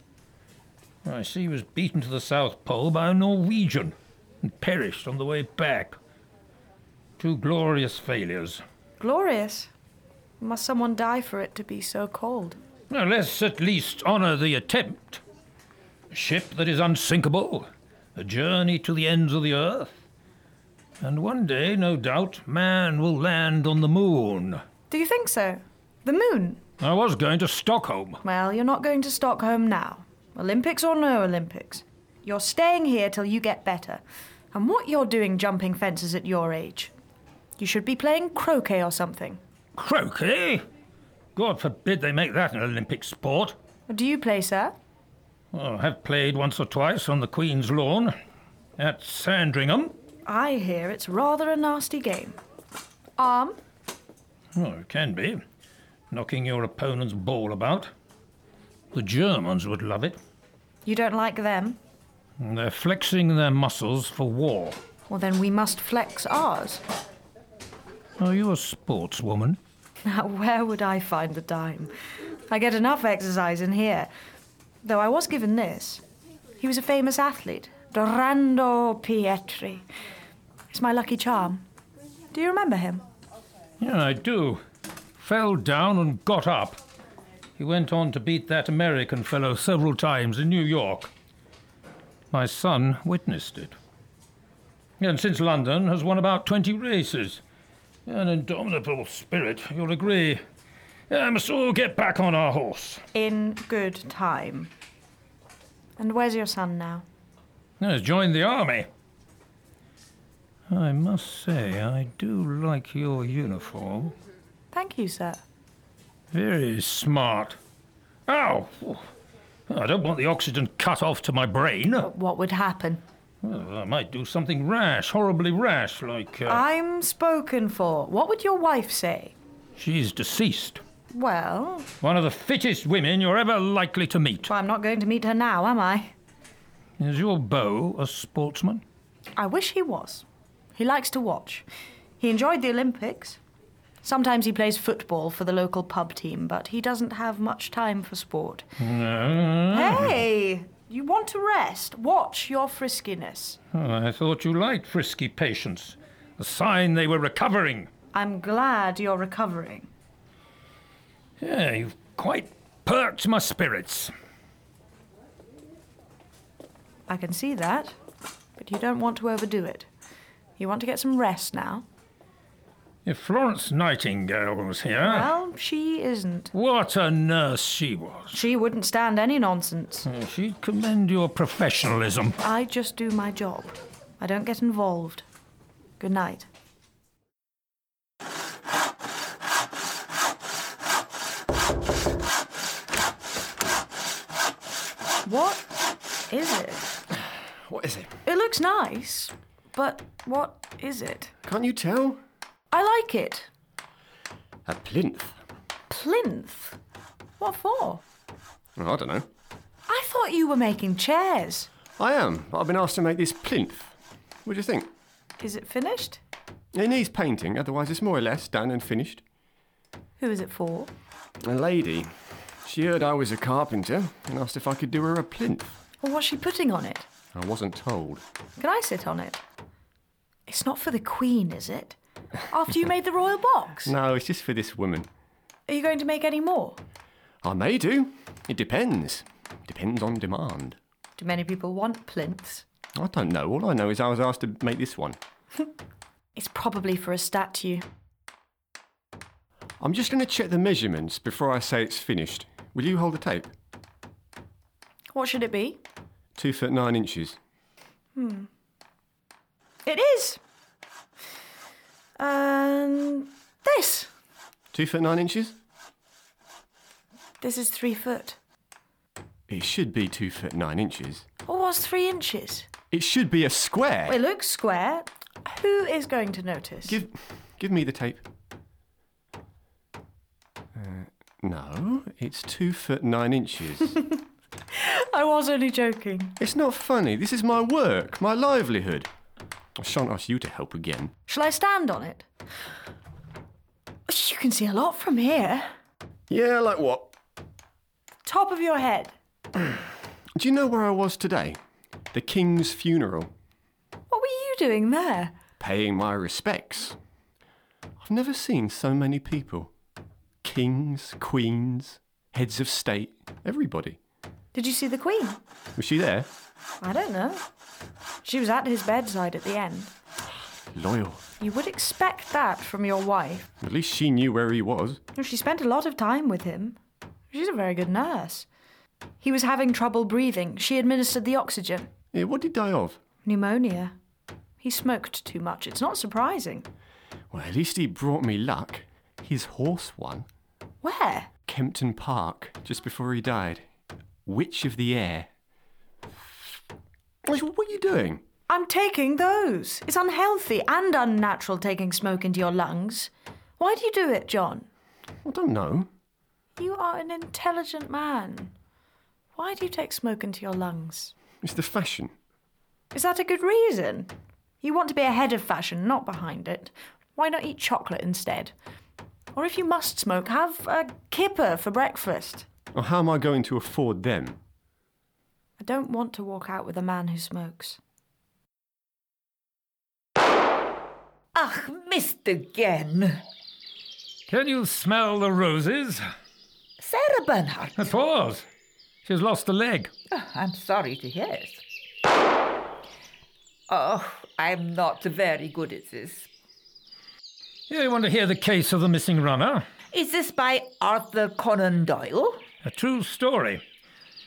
Speaker 6: I see he was beaten to the South Pole by a Norwegian and perished on the way back. Two glorious failures.
Speaker 3: Glorious. Must someone die for it to be so cold?
Speaker 6: Now, let's at least honour the attempt. A ship that is unsinkable, a journey to the ends of the earth. And one day, no doubt, man will land on the moon.
Speaker 3: Do you think so? The moon?
Speaker 6: I was going to Stockholm.
Speaker 3: Well, you're not going to Stockholm now. Olympics or no Olympics. You're staying here till you get better. And what you're doing jumping fences at your age? You should be playing croquet or something.
Speaker 6: Croquet? God forbid they make that an Olympic sport.
Speaker 3: Do you play, sir?
Speaker 6: Well, I have played once or twice on the Queen's lawn at Sandringham.
Speaker 3: I hear it's rather a nasty game. Arm?
Speaker 6: Well, Oh, it can be. Knocking your opponent's ball about. The Germans would love it.
Speaker 3: You don't like them?
Speaker 6: And They're flexing their muscles for war.
Speaker 3: Well, then we must flex ours.
Speaker 6: Are you Oh, a sportswoman?
Speaker 3: Now, where would I find the time? I get enough exercise in here. Though I was given this. He was a famous athlete, Dorando Pietri. It's my lucky charm. Do you remember him?
Speaker 6: Yeah, I do. Fell down and got up. He went on to beat that American fellow several times in New York. My son witnessed it. And since London has won about 20 races. An indomitable spirit, you'll agree. I must all get back on our horse.
Speaker 3: In good time. And where's your son now?
Speaker 6: Has joined the army. I must say, I do like your uniform.
Speaker 3: Thank you, sir.
Speaker 6: Very smart. Ow! Oh, I don't want the oxygen cut off to my brain.
Speaker 3: But what would happen?
Speaker 6: Well, I might do something rash, horribly rash, like. Uh,
Speaker 3: I'm spoken for. What would your wife say?
Speaker 6: she's deceased.
Speaker 3: Well,
Speaker 6: One of the fittest women you're ever likely to meet.
Speaker 3: I'm not going to meet her now, am I?
Speaker 6: Is your beau a sportsman?
Speaker 3: I wish he was. He likes to watch. He enjoyed the Olympics. Sometimes he plays football for the local pub team, but he doesn't have much time for sport.
Speaker 6: No.
Speaker 3: Hey! You want to rest? Watch your friskiness.
Speaker 6: I thought you liked frisky patients. A sign they were recovering.
Speaker 3: I'm glad you're recovering.
Speaker 6: Yeah, you've quite perked my spirits.
Speaker 3: I can see that, but you don't want to overdo it. You want to get some rest now.
Speaker 6: If Florence Nightingale was here,
Speaker 3: Well, she isn't.
Speaker 6: what a nurse she was.
Speaker 3: She wouldn't stand any nonsense.
Speaker 6: Oh, She'd commend your professionalism.
Speaker 3: I just do my job. I don't get involved. Good night. What is it?
Speaker 2: What is it?
Speaker 3: It looks nice, but what is it?
Speaker 2: Can't you tell?
Speaker 3: I like it.
Speaker 2: A plinth.
Speaker 3: Plinth? What for?
Speaker 2: Well, I don't know.
Speaker 3: I thought you were making chairs.
Speaker 2: I am, but I've been asked to make this plinth. What do you think?
Speaker 3: Is it finished?
Speaker 2: It needs painting, otherwise it's more or less done and finished.
Speaker 3: Who is it for?
Speaker 2: A lady. She heard I was a carpenter and asked if I could do her a plinth.
Speaker 3: Or what's she putting on it?
Speaker 2: I wasn't told.
Speaker 3: Can I sit on it? It's not for the Queen, is it? After you made the royal box?
Speaker 2: No, it's just for this woman.
Speaker 3: Are you going to make any more?
Speaker 2: I may do. It depends. Depends on demand.
Speaker 3: Do many people want plinths?
Speaker 2: I don't know. All I know is I was asked to make this one.
Speaker 3: It's probably for a statue.
Speaker 2: I'm just going to check the measurements before I say it's finished. Will you hold the tape?
Speaker 3: What should it be?
Speaker 2: Two foot nine inches.
Speaker 3: It is! Um, this!
Speaker 2: Two foot nine inches?
Speaker 3: This is three foot.
Speaker 2: It should be two foot nine inches.
Speaker 3: Or was three inches?
Speaker 2: It should be a square.
Speaker 3: It looks square. Who is going to notice?
Speaker 2: Give, give me the tape. Uh, no, it's two foot nine inches.
Speaker 3: I was only joking.
Speaker 2: it's not funny. This is my work, my livelihood. I shan't ask you to help again.
Speaker 3: Shall I stand on it? You can see a lot from here.
Speaker 2: Yeah, like what?
Speaker 3: Top of your head.
Speaker 2: Do you know where I was today? The king's funeral,
Speaker 3: What were you doing there?
Speaker 2: paying my respects. I've never seen so many people. Kings, queens, heads of state, everybody.
Speaker 3: Did you see the Queen?
Speaker 2: Was she there?
Speaker 3: I don't know. She was at his bedside at the end.
Speaker 2: Loyal.
Speaker 3: You would expect that from your wife.
Speaker 2: At least she knew where he was.
Speaker 3: She spent a lot of time with him. She's a very good nurse. He was having trouble breathing. She administered the oxygen.
Speaker 2: Yeah, what did he die of?
Speaker 3: Pneumonia. He smoked too much. It's not surprising.
Speaker 2: Well, at least he brought me luck. His horse won.
Speaker 3: Where?
Speaker 2: Kempton Park, just before he died. Witch of the Air. What what are you doing?
Speaker 3: I'm taking those. It's unhealthy and unnatural taking smoke into your lungs. Why do you do it, John?
Speaker 2: I don't know.
Speaker 3: You are an intelligent man. Why do you take smoke into your lungs?
Speaker 2: It's the fashion.
Speaker 3: Is that a good reason? You want to be ahead of fashion, not behind it. Why not eat chocolate instead? Or if you must smoke, have a kipper for breakfast.
Speaker 2: Or how am I going to afford them?
Speaker 3: I don't want to walk out with a man who smokes.
Speaker 5: Ach, missed again.
Speaker 6: Can you smell the roses?
Speaker 5: Sarah Bernhardt.
Speaker 6: Her paws. She's lost a leg.
Speaker 5: Oh, I'm sorry to hear it. Oh, I'm not very good at this.
Speaker 6: You want to hear the case of the missing runner?
Speaker 5: Is this by Arthur Conan Doyle?
Speaker 6: A true story.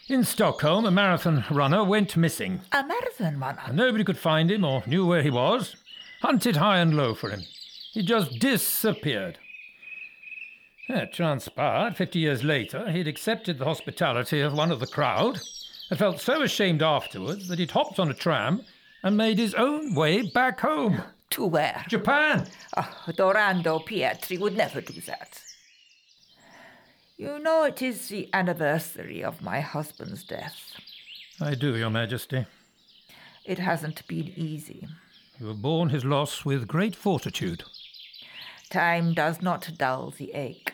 Speaker 6: In Stockholm, a marathon runner went missing.
Speaker 5: A marathon runner.
Speaker 6: and Nobody could find him or knew where he was. Hunted high and low for him. He just disappeared. It transpired, 50 years later, he'd accepted the hospitality of one of the crowd and felt so ashamed afterwards that he'd hopped on a tram and made his own way back home.
Speaker 5: To where?
Speaker 6: Japan!
Speaker 5: Oh, Dorando Pietri would never do that. You know, it is the anniversary of my husband's death.
Speaker 6: I do, Your Majesty.
Speaker 5: It hasn't been easy.
Speaker 6: You have borne his loss with great fortitude.
Speaker 5: Time does not dull the ache.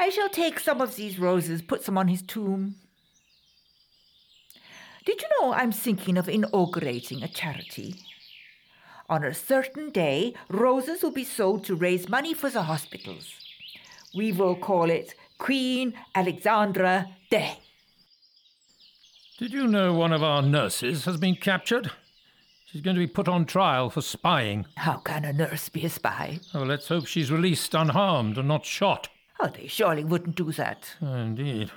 Speaker 5: I shall take some of these roses, put some on his tomb. Did you know I'm thinking of inaugurating a charity? On a certain day, roses will be sold to raise money for the hospitals. We will call it Queen Alexandra Day.
Speaker 6: Did you know one of our nurses has been captured? She's going to be put on trial for spying.
Speaker 5: How can a nurse be a spy?
Speaker 6: Oh, let's hope she's released unharmed and not shot.
Speaker 5: Oh, they surely wouldn't do that.
Speaker 6: Oh, indeed.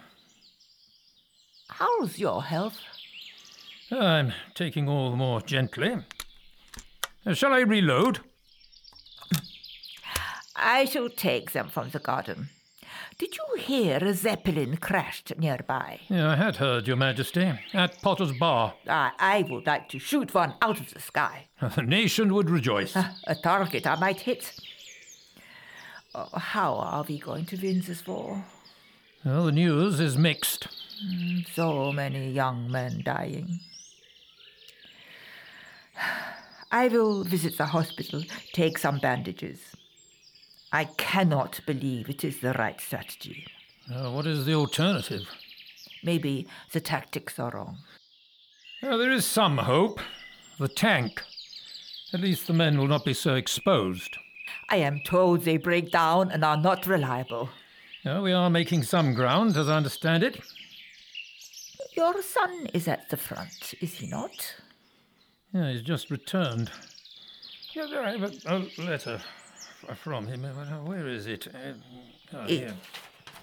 Speaker 5: How's your health?
Speaker 6: I'm taking all the more gently. Uh, shall I reload?
Speaker 5: I shall take them from the garden. Did you hear a zeppelin crashed nearby?
Speaker 6: Yeah, I had heard, Your Majesty, at Potter's Bar.
Speaker 5: I, I would like to shoot one out of the sky.
Speaker 6: The nation would rejoice.
Speaker 5: A target I might hit. Oh, how are we going to win this war?
Speaker 6: well, the news is mixed.
Speaker 5: So many young men dying. I will visit the hospital, take some bandages. I cannot believe it is the right strategy.
Speaker 6: Uh, what is the alternative?
Speaker 5: Maybe the tactics are wrong.
Speaker 6: Uh, there is some hope. The tank. At least the men will not be so exposed.
Speaker 5: I am told they break down and are not reliable.
Speaker 6: Uh, we are making some ground, as I understand it.
Speaker 5: Your son is at the front, is he not?
Speaker 6: Yeah, he's just returned. Yeah, I have a, a letter f- from him. Uh, Where is it? Uh, oh,
Speaker 5: It-
Speaker 6: here.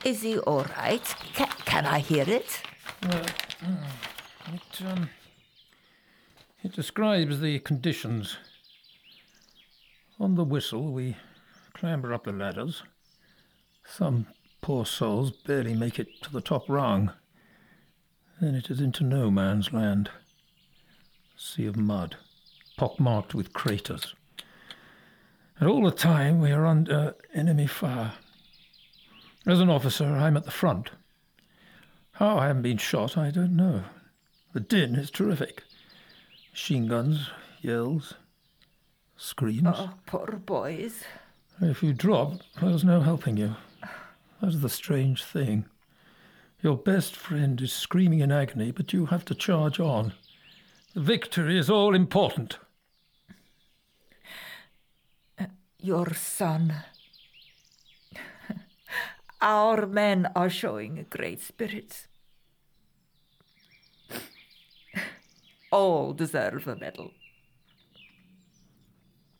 Speaker 5: Is he all right? Ca can I hear it?
Speaker 6: It, um, it describes the conditions. On the whistle, we clamber up the ladders. Some poor souls barely make it to the top rung. Then it is into no man's land. Sea of mud, pockmarked with craters. And all the time we are under enemy fire. As an officer, I'm at the front. How I haven't been shot, I don't know. The din is terrific. Machine guns, yells, screams.
Speaker 5: Oh, poor boys.
Speaker 6: If you drop, there's no helping you. That's the strange thing. Your best friend is screaming in agony, but you have to charge on. The victory is all important.
Speaker 5: Your son. Our men are showing a great spirit. All deserve a medal.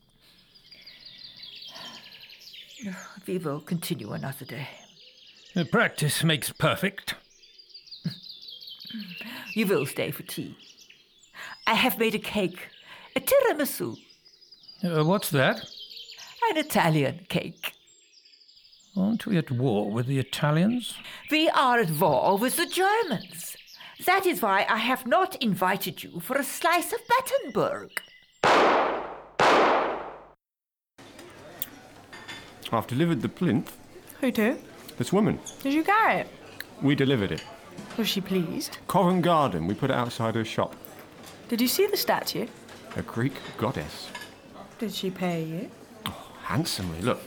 Speaker 5: We will continue another day.
Speaker 6: Uh, Practice makes perfect.
Speaker 5: You will stay for tea. I have made a cake, a tiramisu,
Speaker 6: Uh, what's that?
Speaker 5: an Italian cake.
Speaker 6: Aren't we at war with the Italians?
Speaker 5: We are at war with the Germans. That is why I have not invited you for a slice of Battenberg.
Speaker 2: I've delivered the plinth.
Speaker 3: Who to?
Speaker 2: This woman,
Speaker 3: Did you carry it?
Speaker 2: we delivered it.
Speaker 3: Was she pleased?
Speaker 2: Covent Garden, we put it outside her shop.
Speaker 3: Did you see the statue?
Speaker 2: A Greek goddess.
Speaker 3: Did she pay you?
Speaker 2: Handsomely, look.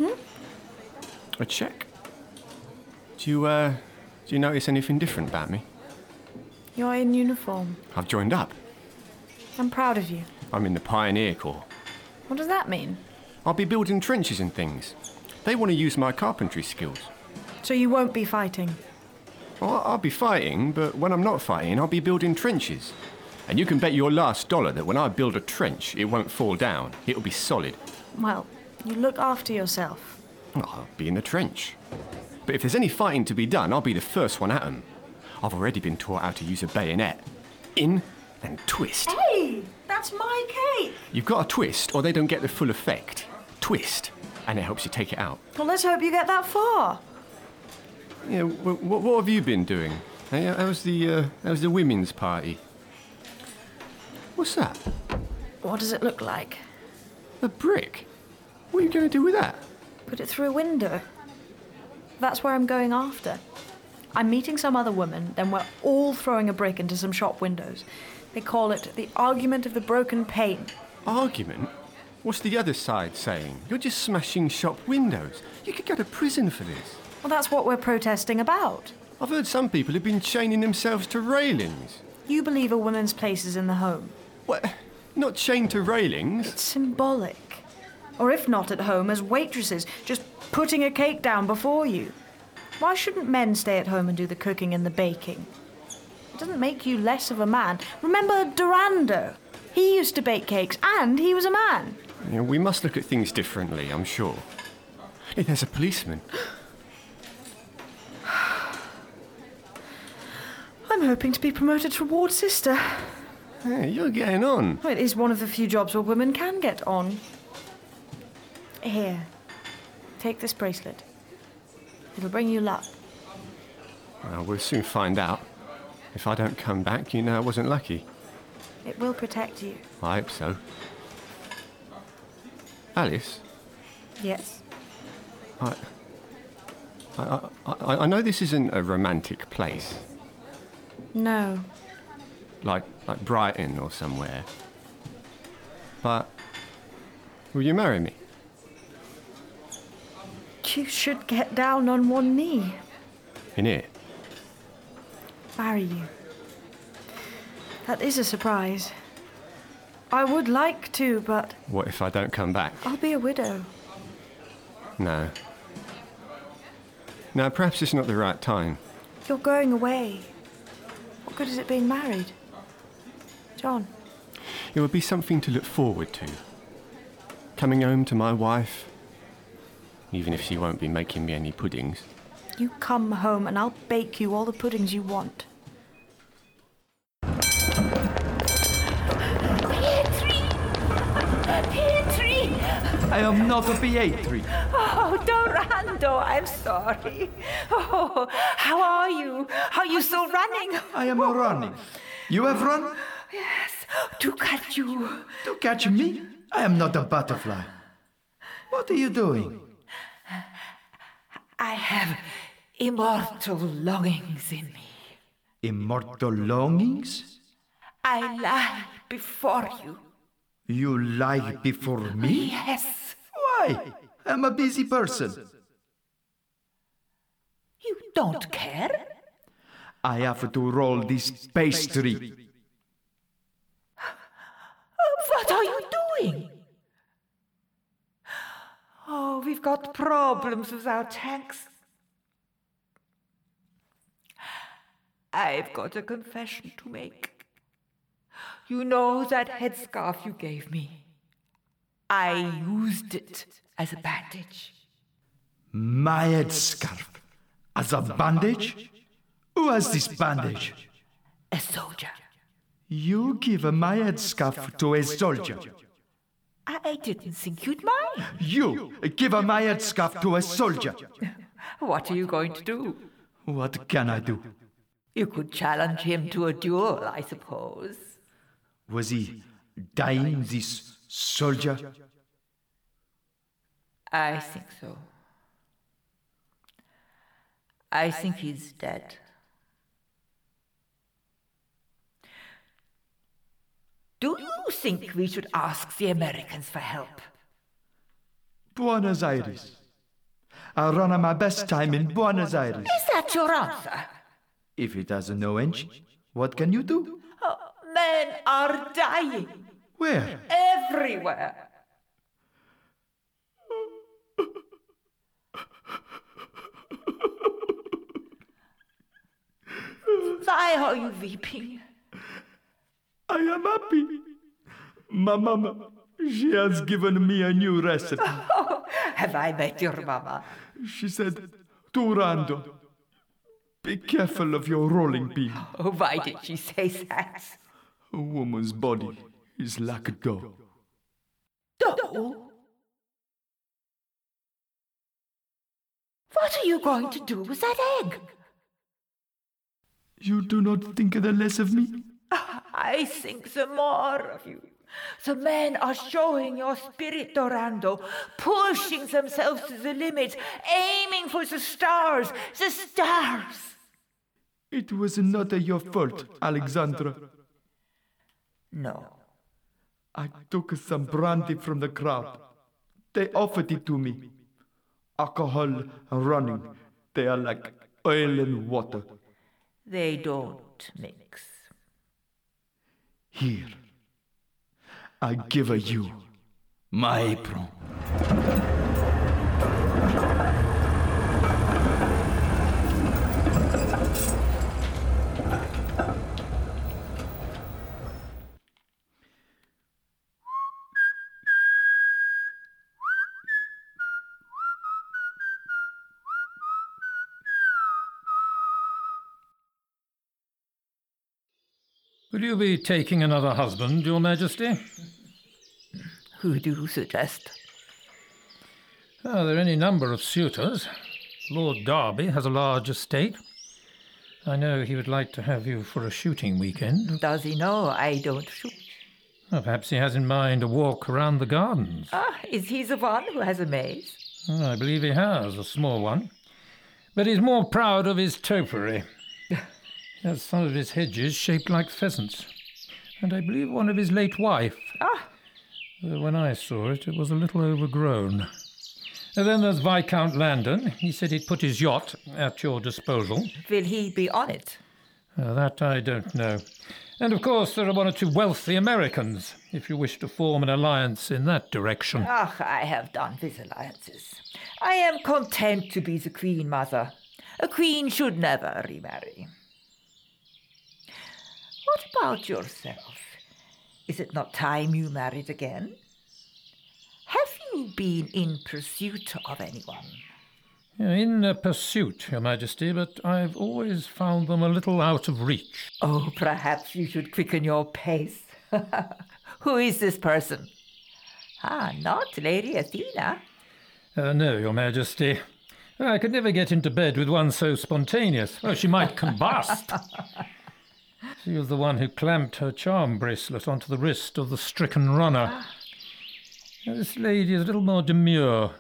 Speaker 2: A check. Do you, uh, do you notice anything different about me?
Speaker 3: You're in uniform.
Speaker 2: I've joined up.
Speaker 3: I'm proud of you.
Speaker 2: I'm in the Pioneer Corps.
Speaker 3: What does that mean?
Speaker 2: I'll be building trenches and things. They want to use my carpentry skills.
Speaker 3: So you won't be fighting.
Speaker 2: Well, I- I'll be fighting, but when I'm not fighting, I'll be building trenches. And you can bet your last dollar that when I build a trench, it won't fall down. It'll be solid.
Speaker 3: Well, you look after yourself.
Speaker 2: Well, I'll be in the trench. But if there's any fighting to be done, I'll be the first one at 'em. I've already been taught how to use a bayonet. In and twist.
Speaker 3: Hey, that's my cake.
Speaker 2: You've got to twist, or they don't get the full effect. Twist, and it helps you take it out.
Speaker 3: Well, let's hope you get that far.
Speaker 2: Yeah, wh- wh- what have you been doing? Hey, uh, how's the, uh, how's the women's party? What's that?
Speaker 3: What does it look like?
Speaker 2: A brick? What are you going to do with that?
Speaker 3: Put it through a window. That's where I'm going after. I'm meeting some other woman, then we're all throwing a brick into some shop windows. They call it the argument of the broken pane.
Speaker 2: Argument? What's the other side saying? You're just smashing shop windows. You could go to prison for this.
Speaker 3: Well, that's what we're protesting about.
Speaker 2: I've heard some people have been chaining themselves to railings.
Speaker 3: You believe a woman's place is in the home.
Speaker 2: What? Not chained to railings?
Speaker 3: It's symbolic. Or if not at home, as waitresses, just putting a cake down before you. Why shouldn't men stay at home and do the cooking and the baking? It doesn't make you less of a man. Remember Durando? He used to bake cakes and he was a man.
Speaker 2: You know, we must look at things differently, I'm sure. Hey, there's a policeman.
Speaker 3: I'm hoping to be promoted to ward sister.
Speaker 2: Hey, you're getting on.
Speaker 3: Well, it is one of the few jobs where women can get on. Here, take this bracelet. It'll bring you luck.
Speaker 2: Well, we'll soon find out. If I don't come back, you know I wasn't lucky.
Speaker 3: It will protect you.
Speaker 2: I hope so. Alice,
Speaker 3: Yes?
Speaker 2: I, I, I, I, I know this isn't a romantic place,
Speaker 3: No.
Speaker 2: like like Brighton or somewhere. But will you marry me?
Speaker 3: You should get down on one knee.
Speaker 2: In here.
Speaker 3: Marry you. That is a surprise. I would like to, but
Speaker 2: What if I don't come back?
Speaker 3: I'll be a widow.
Speaker 2: No. No, perhaps it's not the right time.
Speaker 3: You're going away. What good is it being married? John,
Speaker 2: It would be something to look forward to. Coming home to my wife, even if she won't be making me any puddings.
Speaker 3: you come home and I'll bake you all the puddings you want.
Speaker 4: Pietri! Pietri!
Speaker 8: I am not a Pietri.
Speaker 5: Oh, Dorando, I'm sorry. Oh, how are you? Are you still running?
Speaker 8: I am running. You have run
Speaker 5: To catch you.
Speaker 8: to catch me? I am not a butterfly. What are you doing?
Speaker 5: I have immortal longings in me.
Speaker 8: Immortal longings?
Speaker 5: I lie before you.
Speaker 8: You lie before me?
Speaker 5: Yes,
Speaker 8: Why? I am a busy person.
Speaker 5: you don't care.
Speaker 8: I have to roll this pastry.
Speaker 5: What are you doing? Oh, we've got problems with our tanks. I've got a confession to make. You know that headscarf you gave me. I used it as a bandage.
Speaker 8: My head scarf. As a bandage? Who has this bandage?
Speaker 5: A soldier.
Speaker 8: You give my head scarf to a soldier.
Speaker 5: I didn't think you'd mind.
Speaker 8: You give my head scarf to a soldier.
Speaker 5: What are you going to do?
Speaker 8: What can I do?
Speaker 5: You could challenge him to a duel, I suppose.
Speaker 8: Was he dying, this soldier?
Speaker 5: I think so. I think he's dead. Do you think we should ask the Americans for help?
Speaker 8: Buenos Aires. I ran my best time in Buenos Aires.
Speaker 5: Is that your answer?
Speaker 8: If he doesn't know English, what can you do?
Speaker 5: Oh, men are dying
Speaker 8: Where?
Speaker 5: everywhere. Why are you weeping?
Speaker 8: I am happy. My mama, she has given me a new recipe.
Speaker 5: Have I met your mama?
Speaker 8: She said, Durando, be careful of your rolling pin.
Speaker 5: Oh, why did she say that?
Speaker 8: A woman's body is like a dough.
Speaker 5: No. What are you going to do with that egg?
Speaker 8: You do not think the less of me?
Speaker 5: I think the more of you. The men are showing your spirit, Dorando, pushing themselves to the limit, aiming for the stars, the stars.
Speaker 8: It was not your fault, Alexandra.
Speaker 5: No.
Speaker 8: I took some brandy from the crowd. They offered it to me. Alcohol and running, they are like oil and water.
Speaker 5: They don't mix.
Speaker 8: Here, I give you
Speaker 1: My apron.
Speaker 6: Will you be taking another husband, Your Majesty?
Speaker 5: Who do you suggest?
Speaker 6: Ah, there are any number of suitors. Lord Derby has a large estate. I know he would like to have you for a shooting weekend.
Speaker 5: Does he know I don't shoot?
Speaker 6: Or perhaps he has in mind a walk around the gardens.
Speaker 5: Ah, is he the one who has a maze?
Speaker 6: Ah, I believe he has, a small one. But he's more proud of his topiary. He has some of his hedges shaped like pheasants. And I believe one of his late wife.
Speaker 5: Ah.
Speaker 6: Though when I saw it, it was a little overgrown. And then there's Viscount Landon. He said he'd put his yacht at your disposal.
Speaker 5: Will he be on it?
Speaker 6: Uh, that I don't know. And of course, there are one or two wealthy Americans, if you wish to form an alliance in that direction.
Speaker 5: Ah, I have done with alliances. I am content to be the queen mother. A queen should never remarry. What about yourself? Is it not time you married again? Have you been in pursuit of anyone?
Speaker 6: In uh, pursuit, Your Majesty, but I've always found them a little out of reach.
Speaker 5: Oh, perhaps you should quicken your pace. Who is this person? Ah, not Lady Athena.
Speaker 6: Uh, no, Your Majesty. I could never get into bed with one so spontaneous. Oh, she might combust. she was the one who clamped her charm bracelet onto the wrist of the stricken runner. Now, this lady is a little more demure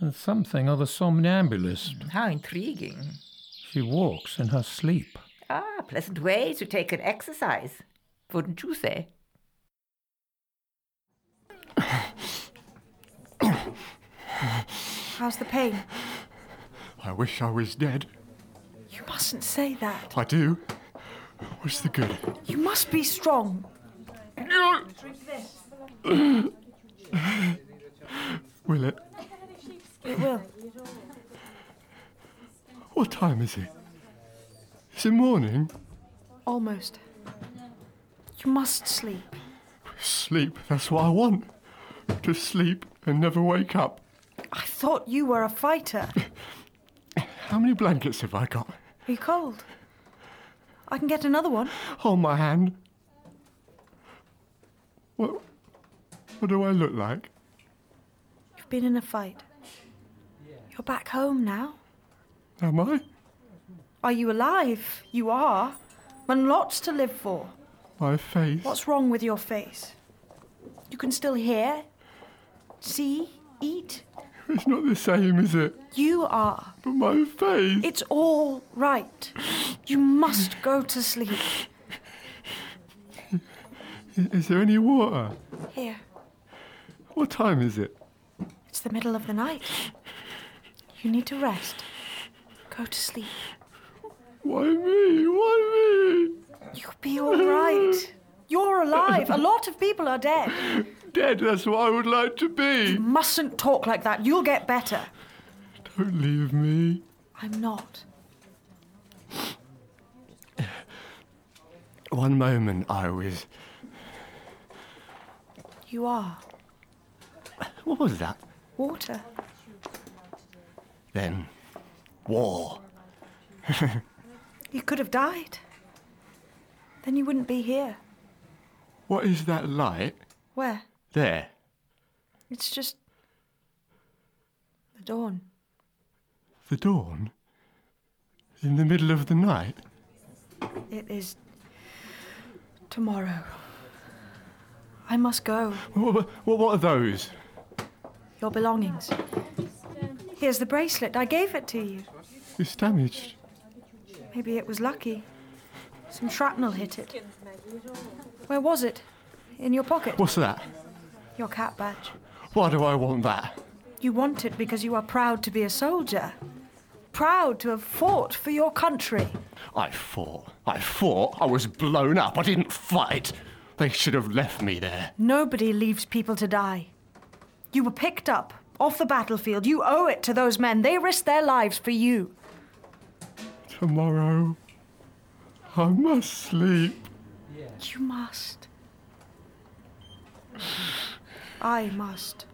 Speaker 6: and something of a somnambulist.
Speaker 5: How intriguing.
Speaker 6: She walks in her sleep.
Speaker 5: Ah, pleasant way to take an exercise, wouldn't you say?
Speaker 3: How's the pain?
Speaker 2: I wish I was dead.
Speaker 3: You mustn't say that.
Speaker 2: I do. What's the good?
Speaker 3: You must be strong.
Speaker 2: Will it?
Speaker 3: It will.
Speaker 2: What time is it? Is it morning?
Speaker 3: Almost. You must sleep.
Speaker 2: Sleep, that's what I want. To sleep and never wake up.
Speaker 3: I thought you were a fighter.
Speaker 2: How many blankets have I got?
Speaker 3: Are you cold? I can get another one.
Speaker 2: Hold my hand. What, what do I look like?
Speaker 3: You've been in a fight. You're back home now.
Speaker 2: Am I?
Speaker 3: Are you alive? You are. And lots to live for.
Speaker 2: My face.
Speaker 3: What's wrong with your face? You can still hear, see, eat.
Speaker 2: It's not the same, is it?
Speaker 3: You are.
Speaker 2: But my face.
Speaker 3: It's all right. You must go to sleep.
Speaker 2: Is there any water?
Speaker 3: Here,
Speaker 2: What time is it?
Speaker 3: It's the middle of the night. You need to rest. Go to sleep.
Speaker 2: Why me? Why
Speaker 3: You'll be all right. You're alive. A lot of people are dead.
Speaker 2: me? Dead, that's what I would like to be.
Speaker 3: Mustn't talk like that. You'll get better.
Speaker 2: Don't leave me.
Speaker 3: I'm not.
Speaker 2: One moment, I was.
Speaker 3: You are.
Speaker 2: What was that?
Speaker 3: Water.
Speaker 2: Then. War.
Speaker 3: You could have died. Then you wouldn't be here.
Speaker 2: What is that light?
Speaker 3: Where?
Speaker 2: There.
Speaker 3: It's just. the dawn.
Speaker 2: The dawn? In the middle of the night?
Speaker 3: It is. tomorrow. I must go.
Speaker 2: What, what, what are those?
Speaker 3: Your belongings. Here's the bracelet. I gave it to you.
Speaker 2: It's damaged.
Speaker 3: Maybe it was lucky. Some shrapnel hit it. Where was it? In your pocket?
Speaker 2: What's that?
Speaker 3: Your cat badge.
Speaker 2: Why do I want that?
Speaker 3: You want it because you are proud to be a soldier. Proud to have fought for your country.
Speaker 2: I fought. I fought. I was blown up. I didn't fight. They should have left me there.
Speaker 3: Nobody leaves people to die. You were picked up off the battlefield. You owe it to those men. They risked their lives for you.
Speaker 2: Tomorrow, I must sleep.
Speaker 3: You must. I must.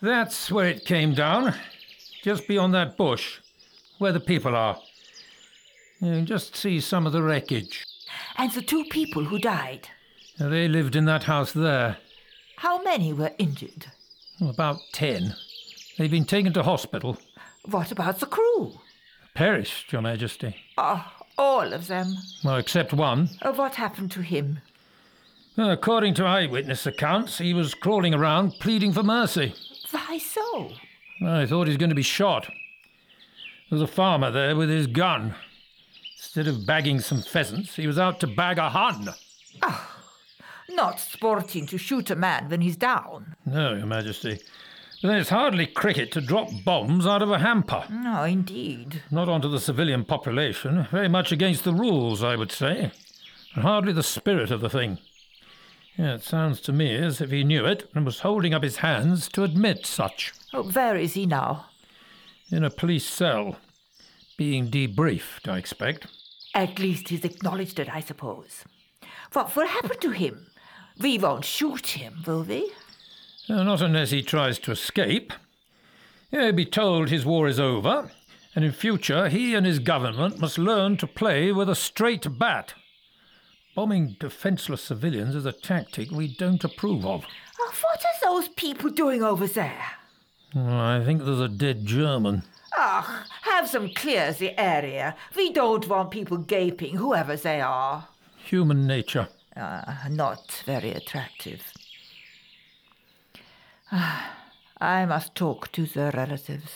Speaker 6: That's where it came down. Just beyond that bush, where the people are. You can just see some of the wreckage.
Speaker 5: And the two people who died,
Speaker 6: They lived in that house there,
Speaker 5: how many were injured?
Speaker 6: about ten. They've been taken to hospital.
Speaker 5: What about the crew?
Speaker 6: Perished, Your Majesty.
Speaker 5: Ah, all of them.
Speaker 6: Well, except one.
Speaker 5: Oh, what happened to him?
Speaker 6: According to eyewitness accounts, he was crawling around pleading for mercy.
Speaker 5: Thy soul.
Speaker 6: I thought he was going to be shot. There was a farmer there with his gun. Instead of bagging some pheasants, he was out to bag a hun.
Speaker 5: Not sporting to shoot a man when he's down.
Speaker 6: No, Your Majesty. Then it's hardly cricket to drop bombs out of a hamper.
Speaker 5: No, indeed.
Speaker 6: Not onto the civilian population. Very much against the rules, I would say. And hardly the spirit of the thing. Yeah, it sounds to me as if he knew it and was holding up his hands to admit such.
Speaker 5: Oh, where is he now?
Speaker 6: In a police cell. Being debriefed, I expect.
Speaker 5: At least he's acknowledged it, I suppose. What will happen to him? We won't shoot him, will we?
Speaker 6: Uh, not unless he tries to escape. He'll be told his war is over, and in future he and his government must learn to play with a straight bat. Bombing defenceless civilians is a tactic we don't approve of.
Speaker 5: Oh, what are those people doing over there?
Speaker 6: Oh, I think there's a dead German.
Speaker 5: Ah, have them clear the area. We don't want people gaping, whoever they are.
Speaker 6: Human nature.
Speaker 5: Ah, not very attractive. Ah, I must talk to the relatives.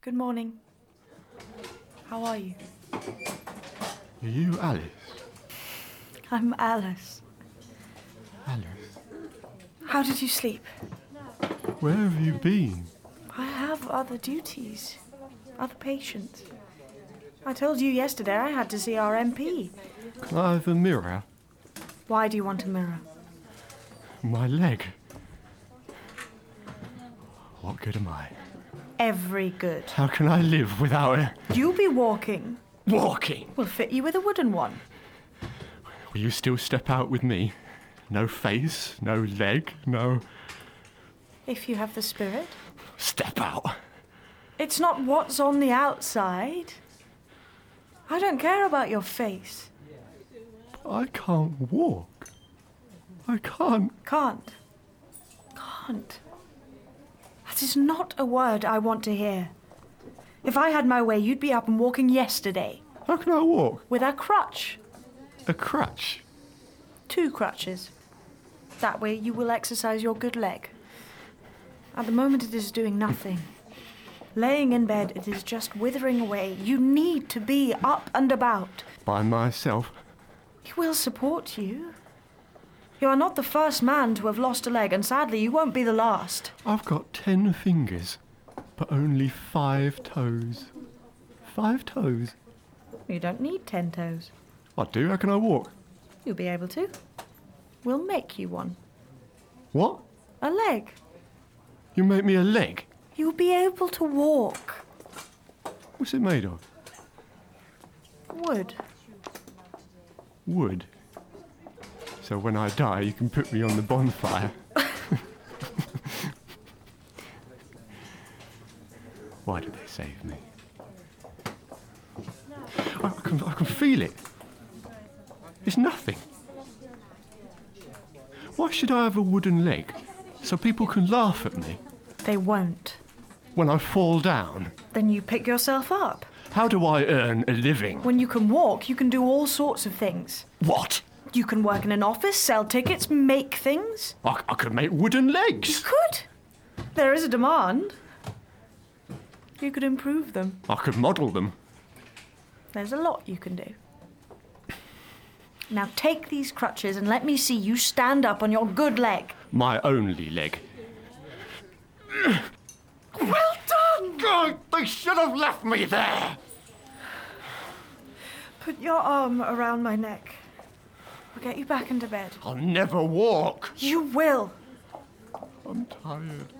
Speaker 3: Good morning. How are you?
Speaker 2: Are you Alice?
Speaker 3: I'm Alice.
Speaker 2: Alice?
Speaker 3: How did you sleep?
Speaker 2: Where have you been?
Speaker 3: I have other duties, other patients. I told you yesterday I had to see our MP.
Speaker 2: Can I have a mirror?
Speaker 3: Why do you want a mirror?
Speaker 2: My leg. What good am I?
Speaker 3: Every good.
Speaker 2: How can I live without a
Speaker 3: You'll be walking.
Speaker 2: walking?
Speaker 3: We'll fit you with a wooden one.
Speaker 2: Will you still step out with me? No face, no leg, no
Speaker 3: If you have the spirit.
Speaker 2: step out.
Speaker 3: It's not what's on the outside. I don't care about your face.
Speaker 2: I can't walk. I can't.
Speaker 3: Can't. Can't. That is not a word I want to hear. If I had my way, you'd be up and walking yesterday
Speaker 2: How can I walk?
Speaker 3: with a crutch.
Speaker 2: A crutch.
Speaker 3: Two crutches. That way you will exercise your good leg. At the moment, it is doing nothing. Laying in bed, it is just withering away. You need to be up and about.
Speaker 2: By myself.
Speaker 3: He will support you. You are not the first man to have lost a leg, and sadly, you won't be the last.
Speaker 2: I've got ten fingers, but only five toes. Five toes?
Speaker 3: You don't need ten toes.
Speaker 2: I do. How can I walk?
Speaker 3: You'll be able to. We'll make you one.
Speaker 2: What?
Speaker 3: A leg.
Speaker 2: You make me a leg?
Speaker 3: You'll be able to walk.
Speaker 2: What's it made of?
Speaker 3: Wood.
Speaker 2: Wood. So when I die, you can put me on the bonfire. Why did they save me? I can, I can feel it. It's nothing. Why should I have a wooden leg? So people can laugh at me
Speaker 3: They won't.
Speaker 2: when I fall down.
Speaker 3: Then you pick yourself up.
Speaker 2: How do I earn a living?
Speaker 3: When you can walk, you can do all sorts of things.
Speaker 2: What?
Speaker 3: You can work in an office, sell tickets, make things.
Speaker 2: I, I could make wooden legs.
Speaker 3: Could. There is a demand. You could improve them.
Speaker 2: I could model them.
Speaker 3: There's a lot you can do. Now take these crutches and let me see you stand up on your good leg.
Speaker 2: My only leg.
Speaker 3: Well done!
Speaker 2: God, they should have left me there.
Speaker 3: Put your arm around my neck. We'll get you back into bed.
Speaker 2: I'll never walk.
Speaker 3: You will!
Speaker 2: I'm tired.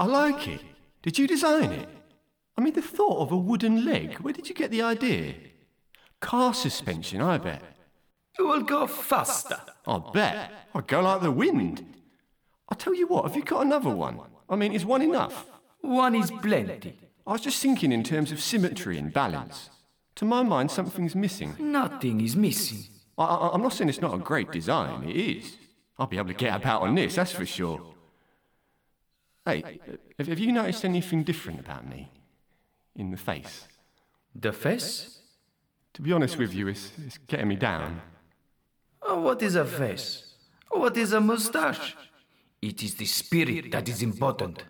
Speaker 2: I like it. Did you design it? I mean, the thought of a wooden leg. Where did you get the idea? Car suspension, I bet.
Speaker 1: You will go faster.
Speaker 2: I bet. I go like the wind. I tell you what, have you got another one? I mean, is one enough?
Speaker 1: One is plenty.
Speaker 2: I was just thinking in terms of symmetry and balance. To my mind, something's missing.
Speaker 1: Nothing is missing.
Speaker 2: I, I, I'm not saying it's not a great design, it is. I'll be able to get about on this, that's for sure. Hey, have, have you noticed anything different about me? In the face?
Speaker 1: The face?
Speaker 2: To be honest with you, it's, it's getting me down.
Speaker 1: Oh, what is a face? Oh, What is a mustache? It is the spirit that is important.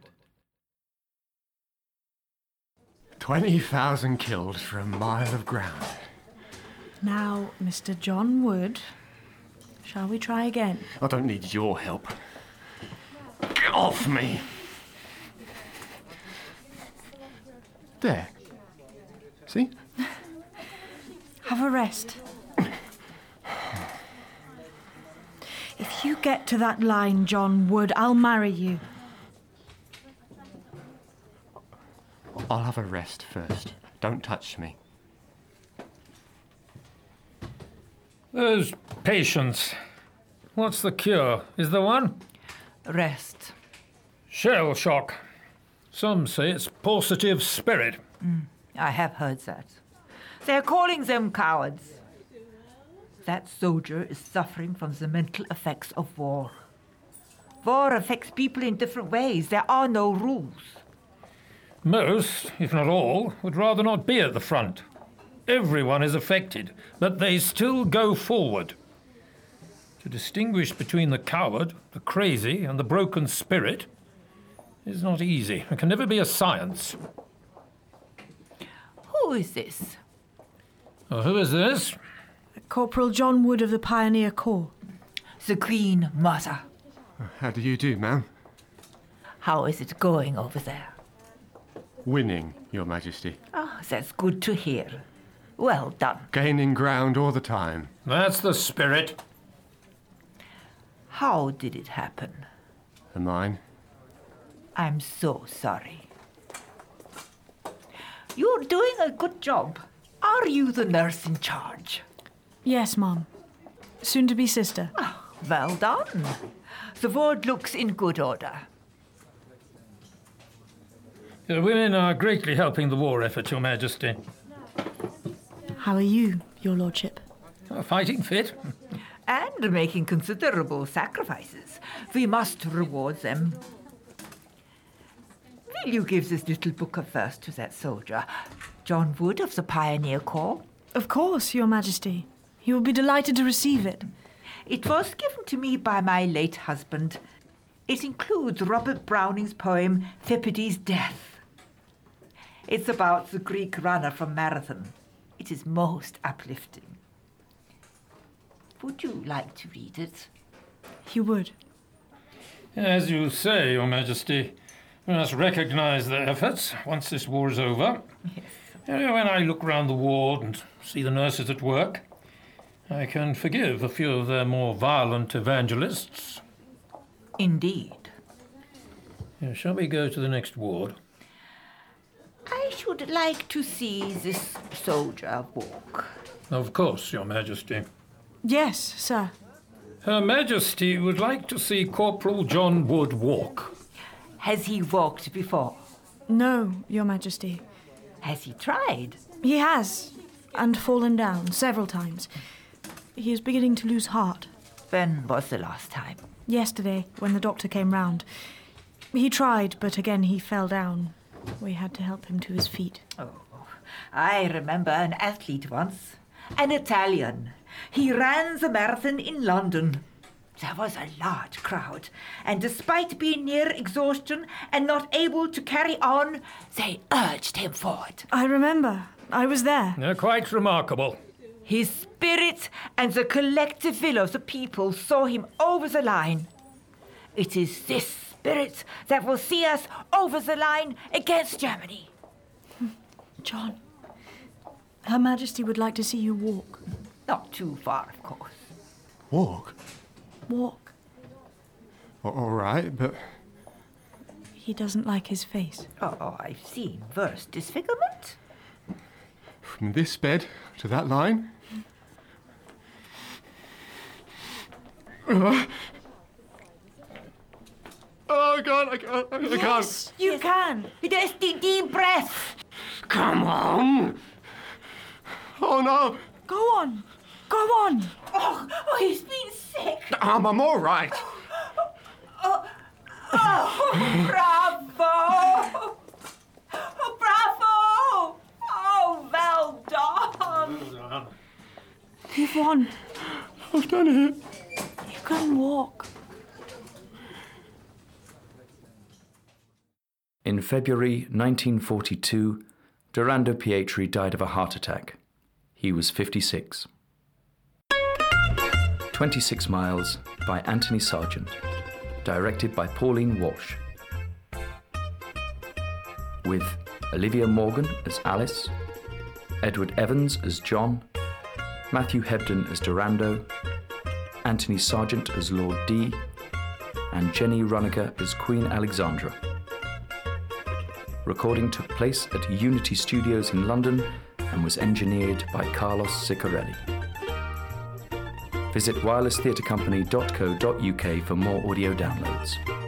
Speaker 2: 20,000 killed for a mile of ground.
Speaker 3: Now, Mr. John Wood, shall we try again?
Speaker 2: I don't need your help. Get off me! There. See?
Speaker 3: Have a rest. if you get to that line, John Wood, I'll marry you.
Speaker 2: I'll have a rest first. Don't touch me.
Speaker 6: There's patience. What's the cure? Is there one?
Speaker 5: Rest.
Speaker 6: Shell shock. Some say it's positive spirit.
Speaker 5: I have heard that. They're calling them cowards. That soldier is suffering from the mental effects of war. War affects people in different ways. There are no rules.
Speaker 6: Most, if not all, would rather not be at the front. Everyone is affected, but they still go forward. To distinguish between the coward, the crazy, and the broken spirit is not easy. It can never be a science.
Speaker 5: Who is this?
Speaker 6: Oh, who is this?
Speaker 3: Corporal John Wood of the Pioneer Corps.
Speaker 5: The Queen Mother.
Speaker 2: How do you do, ma'am?
Speaker 5: How is it going over there?
Speaker 2: Winning, Your Majesty.
Speaker 5: Oh, that's good to hear. Well done.
Speaker 2: Gaining ground all the time.
Speaker 6: That's the spirit.
Speaker 5: How did it happen?
Speaker 2: The mine.
Speaker 5: I'm so sorry. You're doing a good job. Are you the nurse in charge?
Speaker 3: Yes, Mum. Soon to be sister.
Speaker 5: Well done. The ward looks in good order.
Speaker 6: The Uh, women are greatly helping the war effort, Your Majesty.
Speaker 3: How are you, Your Lordship?
Speaker 6: A Uh, fighting fit?
Speaker 5: And making considerable sacrifices. We must reward them. Will you give this little book of verse to that soldier, John Wood of the Pioneer Corps?
Speaker 3: Of course, Your Majesty. He will be delighted to receive it.
Speaker 5: It was given to me by my late husband. It includes Robert Browning's poem Phepides' Death. It's about the Greek runner from Marathon It is most uplifting. Would you like to read it?
Speaker 3: You would.
Speaker 6: As you say, Your Majesty, we must recognize their efforts once this war is over. You know, When I look round the ward and see the nurses at work, I can forgive a few of their more violent evangelists.
Speaker 5: Indeed.
Speaker 6: Yeah, Shall we go to the next ward?
Speaker 5: I should like to see this soldier walk.
Speaker 6: Of course, Your Majesty.
Speaker 3: Yes, sir.
Speaker 6: Her Majesty would like to see Corporal John Wood walk.
Speaker 5: Has he walked before?
Speaker 3: No, Your Majesty.
Speaker 5: Has he tried?
Speaker 3: He has, and fallen down several times. He is beginning to lose heart.
Speaker 5: When was the last time?
Speaker 3: Yesterday, when the doctor came round, he tried, but again he fell down. We had to help him to his feet.
Speaker 5: Oh, I remember an athlete once, an Italian. He ran the marathon in London. There was a large crowd, and despite being near exhaustion and not able to carry on, they urged him forward.
Speaker 3: I remember. I was there.
Speaker 6: They're quite remarkable.
Speaker 5: His spirit and the collective will of the people saw him over the line. It is this spirit that will see us over the line against Germany.
Speaker 3: John, Her Majesty would like to see you walk.
Speaker 5: Not too far, of course.
Speaker 2: Walk?
Speaker 3: Walk.
Speaker 2: A- All right, but
Speaker 3: He doesn't like his face.
Speaker 5: Oh, I've seen worse disfigurement.
Speaker 2: from this bed to that line? Ugh. Oh God, I can't. I can't.
Speaker 3: You can.
Speaker 5: Just a deep breath.
Speaker 2: Come on! Oh no!
Speaker 3: Go on. Go on.
Speaker 5: Oh, oh, he's been sick.
Speaker 2: Um, I'm all right.
Speaker 5: Bravo! Oh, bravo! Oh, well done.
Speaker 3: You've won.
Speaker 2: I've done it.
Speaker 3: You can walk.
Speaker 1: In February 1942, Durando Pietri died of a heart attack. He was 56. 26 Miles by Anthony Sargent, directed by Pauline Walsh. With Olivia Morgan as Alice, Edward Evans as John, Matthew Hebden as Durando, Anthony Sargent as Lord D, and Jenny Runiger as Queen Alexandra. Recording took place at Unity Studios in London and was engineered by Carlos Ciccarelli. Visit wirelesstheatrecompany.co.uk for more audio downloads.